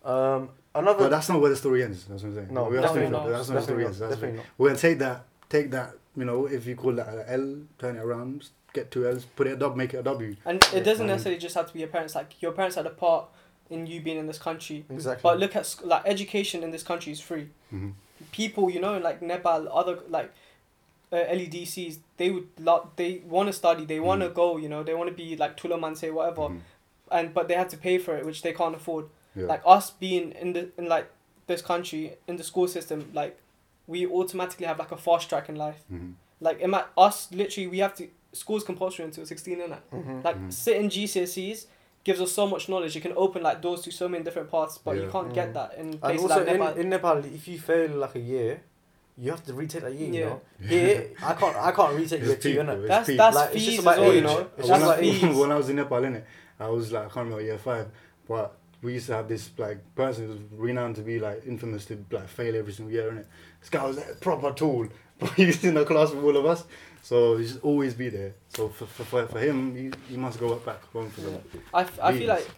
[SPEAKER 2] um
[SPEAKER 3] But
[SPEAKER 2] another
[SPEAKER 3] that's not where the story ends. That's what I'm saying.
[SPEAKER 2] No,
[SPEAKER 3] we are
[SPEAKER 1] no,
[SPEAKER 3] spoon
[SPEAKER 1] no,
[SPEAKER 3] fed,
[SPEAKER 1] no.
[SPEAKER 3] but That's not where the story
[SPEAKER 2] definitely
[SPEAKER 3] ends.
[SPEAKER 2] not,
[SPEAKER 3] That's
[SPEAKER 2] definitely
[SPEAKER 3] right.
[SPEAKER 2] not
[SPEAKER 3] We're gonna take that. Take that. You know, if you call that an L, turn it around. Get two L's. Put it a dub. Make it a W.
[SPEAKER 1] And
[SPEAKER 2] Yeah.
[SPEAKER 1] it doesn't
[SPEAKER 3] Mhm.
[SPEAKER 1] necessarily just have to be your parents. Like your parents had a part in you being in this country.
[SPEAKER 2] exactly
[SPEAKER 1] But look at sc- like education in this country is free.
[SPEAKER 3] Mhm.
[SPEAKER 1] people you know like nepal other like uh, ledcs they would lo- they want to study they want to
[SPEAKER 3] Mm.
[SPEAKER 1] go you know they want to be like tulaman say whatever
[SPEAKER 3] Mhm.
[SPEAKER 1] and but they have to pay for it which they can't afford
[SPEAKER 3] Yeah.
[SPEAKER 1] like us being in the in like this country in the school system like we automatically have like a fast track in life
[SPEAKER 3] Mhm.
[SPEAKER 1] Like, ima- us literally, we have to school's compulsory until sixteen, isn't it?
[SPEAKER 2] Mhm.
[SPEAKER 1] Like
[SPEAKER 3] Mhm.
[SPEAKER 1] sitting GCSEs gives us so much knowledge. It can open like doors to so many different paths, but you
[SPEAKER 3] Yeah.
[SPEAKER 1] can't get
[SPEAKER 2] Mm.
[SPEAKER 1] that in
[SPEAKER 2] And
[SPEAKER 1] places
[SPEAKER 2] also
[SPEAKER 1] like
[SPEAKER 2] in,
[SPEAKER 1] Nepal.
[SPEAKER 2] in Nepal, if you fail like a year, you have to retake that year. You
[SPEAKER 1] Yeah.
[SPEAKER 2] know, here I can't I can't retake
[SPEAKER 3] It's
[SPEAKER 2] year two.
[SPEAKER 3] peak,
[SPEAKER 2] innit?
[SPEAKER 3] bro,
[SPEAKER 1] that's
[SPEAKER 3] peak.
[SPEAKER 1] that's
[SPEAKER 2] Like, it's just
[SPEAKER 1] fees as
[SPEAKER 2] about
[SPEAKER 1] well, you
[SPEAKER 2] age.
[SPEAKER 1] know.
[SPEAKER 2] It's
[SPEAKER 3] when,
[SPEAKER 1] That's
[SPEAKER 2] about
[SPEAKER 3] I,
[SPEAKER 2] age.
[SPEAKER 1] fees.
[SPEAKER 3] when I was in Nepal, innit, I was like, I can't remember year five, but we used to have this like person who's renowned to be like infamous to like fail every single year, innit. This guy was like, proper tall, but he was in the class with all of us, so he should always be there. So for for, for, for him, he, he must go back home for them.
[SPEAKER 1] I, f- I feel
[SPEAKER 3] Beans.
[SPEAKER 1] like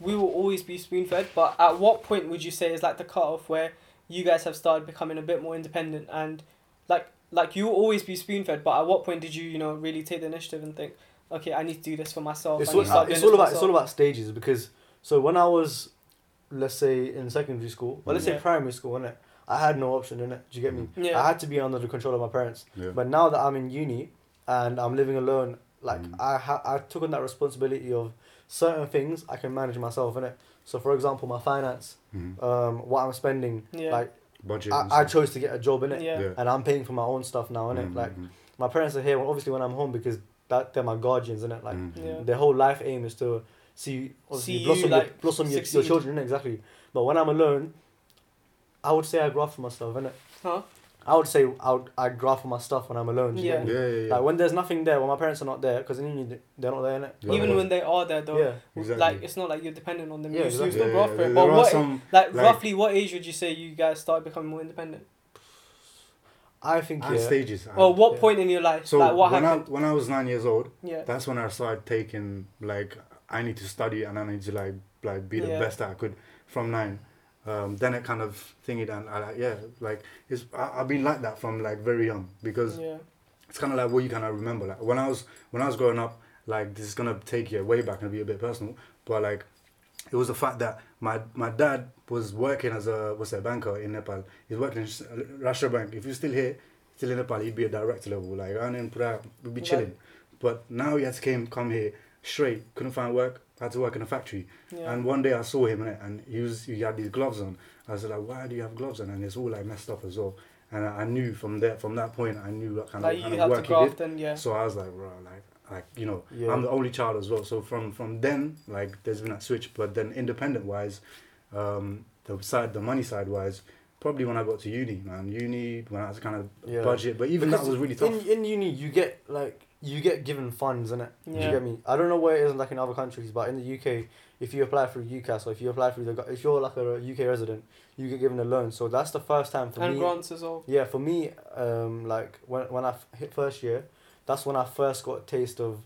[SPEAKER 1] we will always be spoon fed, but at what point would you say is like the cutoff where you guys have started becoming a bit more independent and like like you will always be spoon fed, but at what point did you you know really take the initiative and think, okay, I need to do this for myself.
[SPEAKER 2] it's
[SPEAKER 1] I need
[SPEAKER 2] all,
[SPEAKER 1] to start
[SPEAKER 2] it's
[SPEAKER 1] doing
[SPEAKER 2] all
[SPEAKER 1] this
[SPEAKER 2] about
[SPEAKER 1] for
[SPEAKER 2] it's all
[SPEAKER 1] myself."
[SPEAKER 2] about stages because so when I was, let's say in secondary school, or let's say
[SPEAKER 1] Yeah.
[SPEAKER 2] primary school, innit, I had no option in it. Do you get me?
[SPEAKER 1] Yeah.
[SPEAKER 2] I had to be under the control of my parents.
[SPEAKER 3] Yeah.
[SPEAKER 2] But now that I'm in uni and I'm living alone, like
[SPEAKER 3] Mm.
[SPEAKER 2] I ha- I took on that responsibility of certain things I can manage myself in it. So for example, my finance,
[SPEAKER 3] Mhm.
[SPEAKER 2] um, what I'm spending,
[SPEAKER 1] Yeah.
[SPEAKER 2] like
[SPEAKER 3] Budget. and
[SPEAKER 2] I, I
[SPEAKER 3] stuff.
[SPEAKER 2] chose to get a job in it,
[SPEAKER 1] yeah.
[SPEAKER 3] Yeah.
[SPEAKER 2] and I'm paying for my own stuff now in it.
[SPEAKER 3] Mhm,
[SPEAKER 2] Mm-hmm, Like
[SPEAKER 3] mhm,
[SPEAKER 2] my parents are here, well, obviously when I'm home because that they're my guardians in it. Like
[SPEAKER 3] mhm.
[SPEAKER 1] Yeah.
[SPEAKER 2] their whole life aim is to see obviously
[SPEAKER 1] See
[SPEAKER 2] blossom,
[SPEAKER 1] you,
[SPEAKER 2] your,
[SPEAKER 1] like,
[SPEAKER 2] blossom your, your
[SPEAKER 1] succeed.
[SPEAKER 2] children innit? exactly. But when I'm alone, I would say I grow up for myself innit?
[SPEAKER 1] Huh?
[SPEAKER 2] I would say I would, I grow up for my stuff when I'm alone. do you get
[SPEAKER 1] Yeah.
[SPEAKER 3] Yeah,
[SPEAKER 2] me?
[SPEAKER 3] yeah, yeah.
[SPEAKER 2] Like when there's nothing there, when my parents are not there, because in uni they're not there innit?
[SPEAKER 3] Yeah.
[SPEAKER 1] Even when they are there though,
[SPEAKER 2] yeah,
[SPEAKER 3] Exactly.
[SPEAKER 1] like it's not like you're dependent on them.
[SPEAKER 2] Yeah,
[SPEAKER 1] you still
[SPEAKER 2] exactly.
[SPEAKER 1] still grow up for
[SPEAKER 3] there-
[SPEAKER 1] it.
[SPEAKER 3] there
[SPEAKER 1] But
[SPEAKER 3] are
[SPEAKER 1] what
[SPEAKER 3] some-
[SPEAKER 1] like,
[SPEAKER 3] like-
[SPEAKER 1] roughly what age would you say you guys start becoming more independent?
[SPEAKER 2] I think
[SPEAKER 3] at
[SPEAKER 2] yeah.
[SPEAKER 3] stages. I-
[SPEAKER 1] Or what
[SPEAKER 2] Yeah.
[SPEAKER 1] point in your life?
[SPEAKER 3] so
[SPEAKER 1] like what
[SPEAKER 3] when
[SPEAKER 1] happened?
[SPEAKER 3] I when I was nine years old,
[SPEAKER 1] yeah.
[SPEAKER 3] that's when I started taking like I need to study and I need to like like be the
[SPEAKER 1] Yeah.
[SPEAKER 3] best that I could from nine. Um, then it kind of thingy and I like yeah like it's I, I've been like that from like very young because
[SPEAKER 1] Yeah.
[SPEAKER 3] it's kind of like what you kind of remember like when I was when I was growing up like this is gonna take you way back and be a bit personal but like it was the fact that my my dad was working as a what's that banker in Nepal he's working in Rashtra Bank if you're still here still in Nepal he'd be a director level like earning put out would be
[SPEAKER 1] Right.
[SPEAKER 3] chilling but now he had to came come here straight couldn't find work had to work in a factory
[SPEAKER 1] Yeah.
[SPEAKER 3] and one day I saw him innit, and he was he had these gloves on I was like why do you have gloves on and it's all like messed up as well and I, I knew from there from that point I knew what kind
[SPEAKER 1] like
[SPEAKER 3] of
[SPEAKER 1] you
[SPEAKER 3] kind
[SPEAKER 1] have
[SPEAKER 3] of
[SPEAKER 1] to
[SPEAKER 3] work he did
[SPEAKER 1] graft and yeah.
[SPEAKER 3] so I was like, bro, like, like you know,
[SPEAKER 2] Yeah.
[SPEAKER 3] I'm the only child as well. So from from then, like, there's been that switch. But then, independent wise, um, the side, the money side wise, probably when I got to uni, man, uni when I was kind of
[SPEAKER 2] Yeah.
[SPEAKER 3] budget. But even
[SPEAKER 2] Because
[SPEAKER 3] that was really tough.
[SPEAKER 2] In, in uni, you get like you get given funds in it. Do
[SPEAKER 1] Yeah.
[SPEAKER 2] you get me? I don't know where it is like in other countries, but in the UK, if you apply through UCAS or if you apply through the go- if you're like a UK resident, you get given a loan. So that's the first time for
[SPEAKER 1] and
[SPEAKER 2] me.
[SPEAKER 1] grants as well.
[SPEAKER 2] Yeah, for me, um, like when when I f- hit first year, that's when I first got a taste of.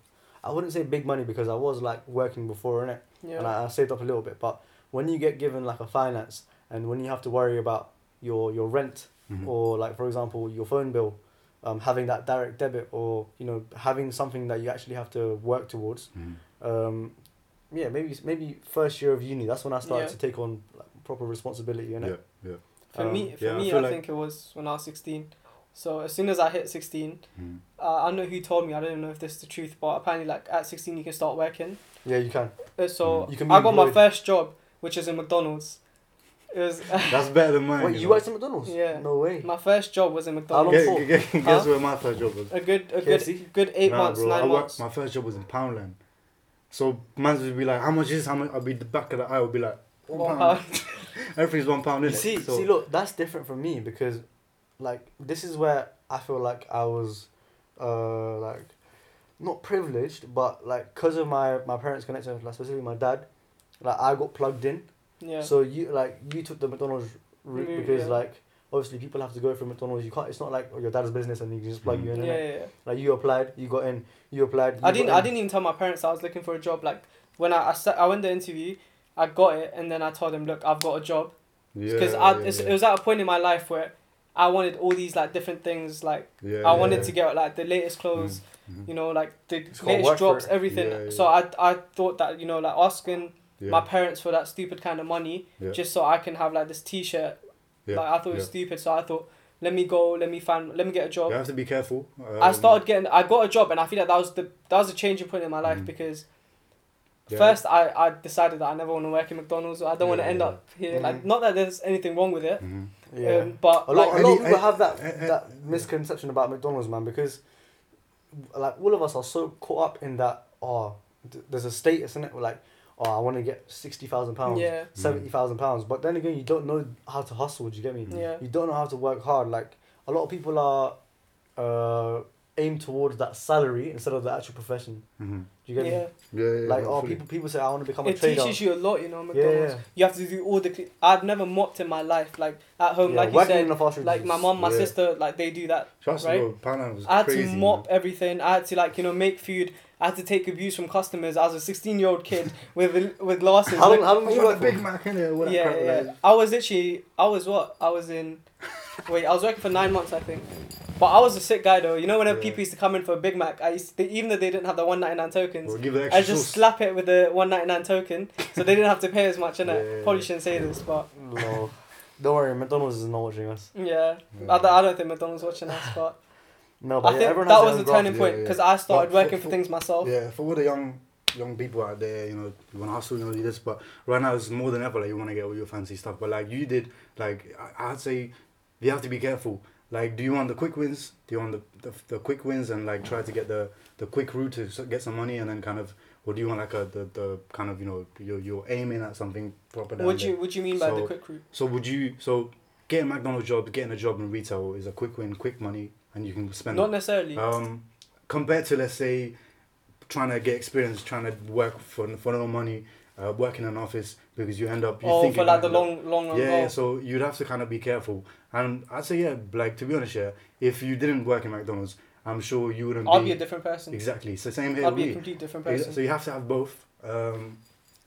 [SPEAKER 2] I wouldn't say big money because I was like working before in it, and
[SPEAKER 1] Yeah.
[SPEAKER 2] I, I saved up a little bit. But when you get given like a finance, and when you have to worry about your your rent
[SPEAKER 3] Mhm.
[SPEAKER 2] or like for example your phone bill um, having that direct debit or you know having something that you actually have to work towards
[SPEAKER 3] Mhm.
[SPEAKER 2] um, yeah maybe maybe first year of uni that's when i started
[SPEAKER 1] Yeah.
[SPEAKER 2] to take on like, proper responsibility and
[SPEAKER 3] Yeah,
[SPEAKER 2] yeah.
[SPEAKER 3] yeah.
[SPEAKER 1] For
[SPEAKER 2] um,
[SPEAKER 1] me, for
[SPEAKER 3] yeah, I
[SPEAKER 1] me, I,
[SPEAKER 3] feel like-
[SPEAKER 1] think it was when I was sixteen. So as soon as I hit sixteen,
[SPEAKER 3] Mhm.
[SPEAKER 1] uh, I don't know who told me. I don't know if this is the truth, but apparently, like at sixteen, you can start working.
[SPEAKER 2] yeah you can
[SPEAKER 1] Uh, so
[SPEAKER 2] Mm. You can be
[SPEAKER 1] I got my
[SPEAKER 2] employed.
[SPEAKER 1] first job, which is in McDonald's. It was
[SPEAKER 3] That's better than mine.
[SPEAKER 2] Wait, you worked at mcdonald's
[SPEAKER 1] Yeah.
[SPEAKER 2] no way
[SPEAKER 1] my first job was in
[SPEAKER 2] How long
[SPEAKER 1] McDonald's.
[SPEAKER 3] Guess,
[SPEAKER 2] for?
[SPEAKER 3] guess, guess
[SPEAKER 1] Huh?
[SPEAKER 3] where my first job was?
[SPEAKER 1] A good, a
[SPEAKER 2] KFC?
[SPEAKER 1] good, good eight
[SPEAKER 3] Nah,
[SPEAKER 1] months,
[SPEAKER 3] bro, I
[SPEAKER 1] nine
[SPEAKER 3] worked-
[SPEAKER 1] months.
[SPEAKER 3] My first job was in Poundland. So man would be like, how much is this? How much? I'll be the back of the aisle. Be like,
[SPEAKER 1] One
[SPEAKER 3] one
[SPEAKER 1] pound.
[SPEAKER 3] pound. Everything's one pound in it.
[SPEAKER 2] see
[SPEAKER 3] so,
[SPEAKER 2] see look that's different from me because like this is where i feel like i was uh like not privileged but like because of my my parents connection like specifically my dad like i got plugged in
[SPEAKER 1] Yeah.
[SPEAKER 2] So you like you took the McDonald's route
[SPEAKER 1] Mm,
[SPEAKER 2] because
[SPEAKER 1] yeah.
[SPEAKER 2] like obviously people have to go through McDonald's. You can't. It's not like oh, your dad's business and you can just plug you
[SPEAKER 1] yeah,
[SPEAKER 2] in. innit?
[SPEAKER 1] Mm. yeah, yeah.
[SPEAKER 2] Like you applied, you got in, you applied. You
[SPEAKER 1] I didn't.
[SPEAKER 2] got
[SPEAKER 1] I
[SPEAKER 2] in.
[SPEAKER 1] didn't even tell my parents I was looking for a job. Like when I I, sa- I went the interview, I got it, and then I told them, look, I've got a job.
[SPEAKER 3] yeah,
[SPEAKER 1] Because
[SPEAKER 3] yeah,
[SPEAKER 1] I it's,
[SPEAKER 3] yeah.
[SPEAKER 1] it was at a point in my life where I wanted all these like different things. Like
[SPEAKER 3] Yeah,
[SPEAKER 1] I
[SPEAKER 3] yeah,
[SPEAKER 1] wanted
[SPEAKER 3] yeah.
[SPEAKER 1] to get like the latest clothes,
[SPEAKER 3] Mhm.
[SPEAKER 1] you know, like the
[SPEAKER 2] It's called
[SPEAKER 1] latest
[SPEAKER 2] work for
[SPEAKER 1] drops,
[SPEAKER 2] it.
[SPEAKER 1] everything.
[SPEAKER 3] Yeah, yeah.
[SPEAKER 1] So I I thought that you know like asking
[SPEAKER 3] Yeah.
[SPEAKER 1] my parents for that stupid kind of money
[SPEAKER 3] Yeah.
[SPEAKER 1] just so I can have like this T-shirt.
[SPEAKER 3] Yeah,
[SPEAKER 1] Like I thought it was stupid. So I thought let me go, let me find, let me get a job.
[SPEAKER 3] You have to be careful.
[SPEAKER 1] I
[SPEAKER 3] um,
[SPEAKER 1] started getting I got a job and I feel like that was the that was a changing point in my life
[SPEAKER 3] Mhm.
[SPEAKER 1] because
[SPEAKER 3] Yeah.
[SPEAKER 1] first I, I decided that I never want to work in McDonald's or I don't want to
[SPEAKER 3] Yeah,
[SPEAKER 1] end
[SPEAKER 3] yeah.
[SPEAKER 1] up here. Like
[SPEAKER 2] Mhm.
[SPEAKER 1] not that there's anything wrong with it,
[SPEAKER 3] Mhm.
[SPEAKER 2] Yeah.
[SPEAKER 1] Um, but
[SPEAKER 2] a lot,
[SPEAKER 1] like,
[SPEAKER 2] a lot
[SPEAKER 3] any-
[SPEAKER 2] of people
[SPEAKER 3] I-
[SPEAKER 2] have that
[SPEAKER 3] I- I-
[SPEAKER 2] that misconception about McDonald's, man, because like all of us are so caught up in that. Oh, th- there's a status in it. We're like, oh, I want to get sixty thousand pounds,
[SPEAKER 1] yeah,
[SPEAKER 2] seventy thousand pounds. But then again, you don't know how to hustle. Do you get me?
[SPEAKER 1] yeah,
[SPEAKER 2] You don't know how to work hard. Like a lot of people are, uh, aim towards that salary instead of the actual profession.
[SPEAKER 3] Mhm.
[SPEAKER 2] Do you get
[SPEAKER 1] yeah.
[SPEAKER 2] me?
[SPEAKER 3] Yeah, yeah, yeah,
[SPEAKER 2] Like, oh,
[SPEAKER 3] fully.
[SPEAKER 2] people people say I want to become a
[SPEAKER 1] It
[SPEAKER 2] trader.
[SPEAKER 1] teaches you a lot, you know.
[SPEAKER 2] yeah, yeah.
[SPEAKER 1] McDonald's. You have to do all the. Cl- I've never mopped in my life, like at home,
[SPEAKER 2] Yeah,
[SPEAKER 1] like you
[SPEAKER 2] working
[SPEAKER 1] said.
[SPEAKER 2] in a fast food
[SPEAKER 1] Like my
[SPEAKER 2] business.
[SPEAKER 1] mom, my
[SPEAKER 3] Yeah.
[SPEAKER 1] sister, like they do that.
[SPEAKER 3] Trust me,
[SPEAKER 1] right?
[SPEAKER 3] bro, Panama was
[SPEAKER 1] I had
[SPEAKER 3] crazy.
[SPEAKER 1] to
[SPEAKER 3] man.
[SPEAKER 1] mop everything. I had to like you know make food. I had to take abuse from customers. I was a sixteen year old kid with with glasses.
[SPEAKER 2] How long,
[SPEAKER 1] Like,
[SPEAKER 2] how long
[SPEAKER 3] I
[SPEAKER 2] did you
[SPEAKER 3] want
[SPEAKER 2] work
[SPEAKER 3] a
[SPEAKER 2] for?
[SPEAKER 3] Big Mac, innit? all that
[SPEAKER 1] yeah,
[SPEAKER 3] crap, like-
[SPEAKER 1] yeah. I was literally, I was what? I was in. Wait, I was working for nine months, I think. But I was a sick guy though. You know, whenever
[SPEAKER 3] Yeah.
[SPEAKER 1] people used to come in for a Big Mac, I used to, even though they didn't have the one ninety nine tokens,
[SPEAKER 3] Or give it
[SPEAKER 1] I
[SPEAKER 3] extra
[SPEAKER 1] just
[SPEAKER 3] sauce.
[SPEAKER 1] slap it with the one ninety nine token, so they didn't have to pay as much. innit?
[SPEAKER 3] Yeah.
[SPEAKER 1] probably shouldn't say this, but
[SPEAKER 2] No, don't worry, McDonald's is not watching us.
[SPEAKER 1] yeah,
[SPEAKER 3] Yeah.
[SPEAKER 1] I, don't- I don't think McDonald's watching us. But
[SPEAKER 2] No, but
[SPEAKER 1] I
[SPEAKER 2] yeah,
[SPEAKER 1] think
[SPEAKER 2] everyone
[SPEAKER 1] that
[SPEAKER 2] has
[SPEAKER 1] was
[SPEAKER 2] their
[SPEAKER 1] the
[SPEAKER 2] own graph.
[SPEAKER 1] turning
[SPEAKER 3] Yeah,
[SPEAKER 1] point
[SPEAKER 3] yeah.
[SPEAKER 1] because I started
[SPEAKER 3] But for-
[SPEAKER 1] working for,
[SPEAKER 3] for-
[SPEAKER 1] things myself.
[SPEAKER 3] Yeah, for all the young young people out there, you know, you want to hustle, you know, do this, but right now it's more than ever, like, you want to get all your fancy stuff. But, like, you did, like, I- I'd say you have to be careful. Like, do you want the quick wins? Do you want the, the, the quick wins and, like, try to get the, the quick route to s- get some money and then kind of, or do you want, like, a, the, the kind of, you know, you're, you're aiming at something proper down
[SPEAKER 1] What
[SPEAKER 3] there?
[SPEAKER 1] you What do you mean by the
[SPEAKER 3] So-
[SPEAKER 1] quick route?
[SPEAKER 3] So would you? So getting a McDonald's job, getting a job in retail is a quick win, quick money, and you can spend.
[SPEAKER 1] Not necessarily.
[SPEAKER 3] um, compared to let's say, trying to get experience, trying to work for for no money, uh, working in an office because you end up. You
[SPEAKER 1] oh,
[SPEAKER 3] think
[SPEAKER 1] for
[SPEAKER 3] you
[SPEAKER 1] like the
[SPEAKER 3] might end
[SPEAKER 1] long,
[SPEAKER 3] up-
[SPEAKER 1] oh, long, long
[SPEAKER 3] yeah,
[SPEAKER 1] goal.
[SPEAKER 3] yeah, so you'd have to kind of be careful. And I'd say yeah, like to be honest, yeah, if you didn't work in McDonald's, I'm sure you wouldn't
[SPEAKER 1] I'll be a different person.
[SPEAKER 3] exactly. So same here.
[SPEAKER 1] I'll be a
[SPEAKER 3] we.
[SPEAKER 1] complete different
[SPEAKER 3] Ex-
[SPEAKER 1] person.
[SPEAKER 3] So you have to have both. Um,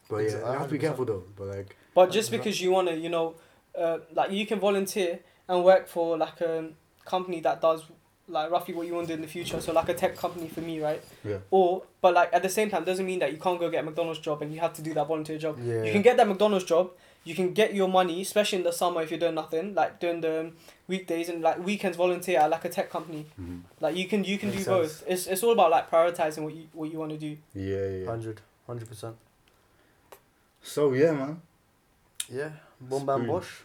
[SPEAKER 3] but yeah,
[SPEAKER 2] Exactly.
[SPEAKER 3] you have to be careful though. But like,
[SPEAKER 1] But just
[SPEAKER 3] Yeah.
[SPEAKER 1] because you wanna, you know, uh, like you can volunteer and work for like a company that does like roughly what you want to do in the future. So like a tech company for me, right?
[SPEAKER 3] Yeah.
[SPEAKER 1] Or but like at the same time doesn't mean that you can't go get a McDonald's job and you have to do that volunteer job.
[SPEAKER 2] Yeah.
[SPEAKER 1] You can get that McDonald's job. You can get your money, especially in the summer if you're doing nothing, like during the um, weekdays and like weekends. Volunteer at like a tech company.
[SPEAKER 3] mhm.
[SPEAKER 1] Like you can you can
[SPEAKER 2] Makes
[SPEAKER 1] do both. It's it's all about like prioritizing what you what you want to do.
[SPEAKER 3] yeah, yeah, yeah.
[SPEAKER 2] 100 percent.
[SPEAKER 3] So yeah, man.
[SPEAKER 2] Yeah, boom, bam,
[SPEAKER 3] Spoon.
[SPEAKER 2] bosh.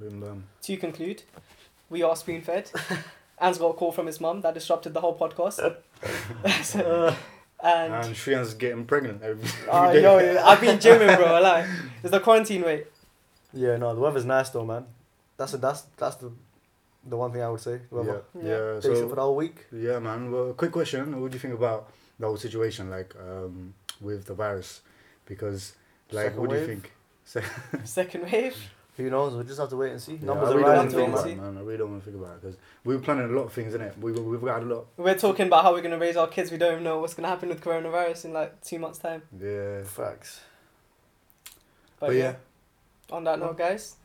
[SPEAKER 3] Boom, bam.
[SPEAKER 1] To conclude, we are spoon fed. Anne's got a call from his mum that disrupted the whole podcast. So, and
[SPEAKER 3] And Shriyan's getting pregnant every
[SPEAKER 1] oh,
[SPEAKER 3] day.
[SPEAKER 1] yo, I've been gymming, bro. I like it's the quarantine weight.
[SPEAKER 2] Yeah, no, the weather's nice though, man. That's a, that's that's the the one thing I would say. The
[SPEAKER 3] yeah,
[SPEAKER 2] weather
[SPEAKER 1] Yeah.
[SPEAKER 3] yeah.
[SPEAKER 2] takes it for the
[SPEAKER 3] So
[SPEAKER 2] whole week.
[SPEAKER 3] yeah, man. Well, quick question. What do you think about the whole situation, like um, with the virus? Because like,
[SPEAKER 2] Second
[SPEAKER 3] what do you
[SPEAKER 2] wave?
[SPEAKER 3] think?
[SPEAKER 1] Second wave.
[SPEAKER 2] Who knows? We'll just have to wait and see.
[SPEAKER 3] Yeah,
[SPEAKER 2] Numbers
[SPEAKER 3] I
[SPEAKER 2] are
[SPEAKER 3] really don't
[SPEAKER 1] around
[SPEAKER 2] rising,
[SPEAKER 1] and
[SPEAKER 2] though,
[SPEAKER 3] wanna think about
[SPEAKER 1] see.
[SPEAKER 2] man.
[SPEAKER 3] it, man. I really don't want to think about it because we were planning a lot of things, innit? We we- we've got a lot.
[SPEAKER 1] We're talking about how we're gonna raise our kids. We don't even know what's gonna happen with coronavirus in like two months' time.
[SPEAKER 3] Yeah.
[SPEAKER 2] Facts.
[SPEAKER 1] But,
[SPEAKER 3] But
[SPEAKER 1] yeah.
[SPEAKER 3] yeah.
[SPEAKER 1] On that note, guys,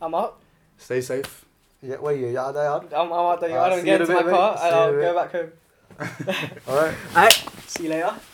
[SPEAKER 1] I'm out.
[SPEAKER 3] Stay safe.
[SPEAKER 2] Yeah, wait, yeah, yeah, they
[SPEAKER 1] I'm,
[SPEAKER 2] are.
[SPEAKER 1] I'm out. There.
[SPEAKER 2] Uh,
[SPEAKER 1] I don't
[SPEAKER 2] see
[SPEAKER 1] get
[SPEAKER 2] you in
[SPEAKER 1] into
[SPEAKER 2] a
[SPEAKER 1] my
[SPEAKER 2] bit, mate.
[SPEAKER 1] car.
[SPEAKER 2] See
[SPEAKER 1] and
[SPEAKER 2] you in
[SPEAKER 1] I'll
[SPEAKER 2] a
[SPEAKER 1] go back home.
[SPEAKER 2] All right.
[SPEAKER 1] See you later.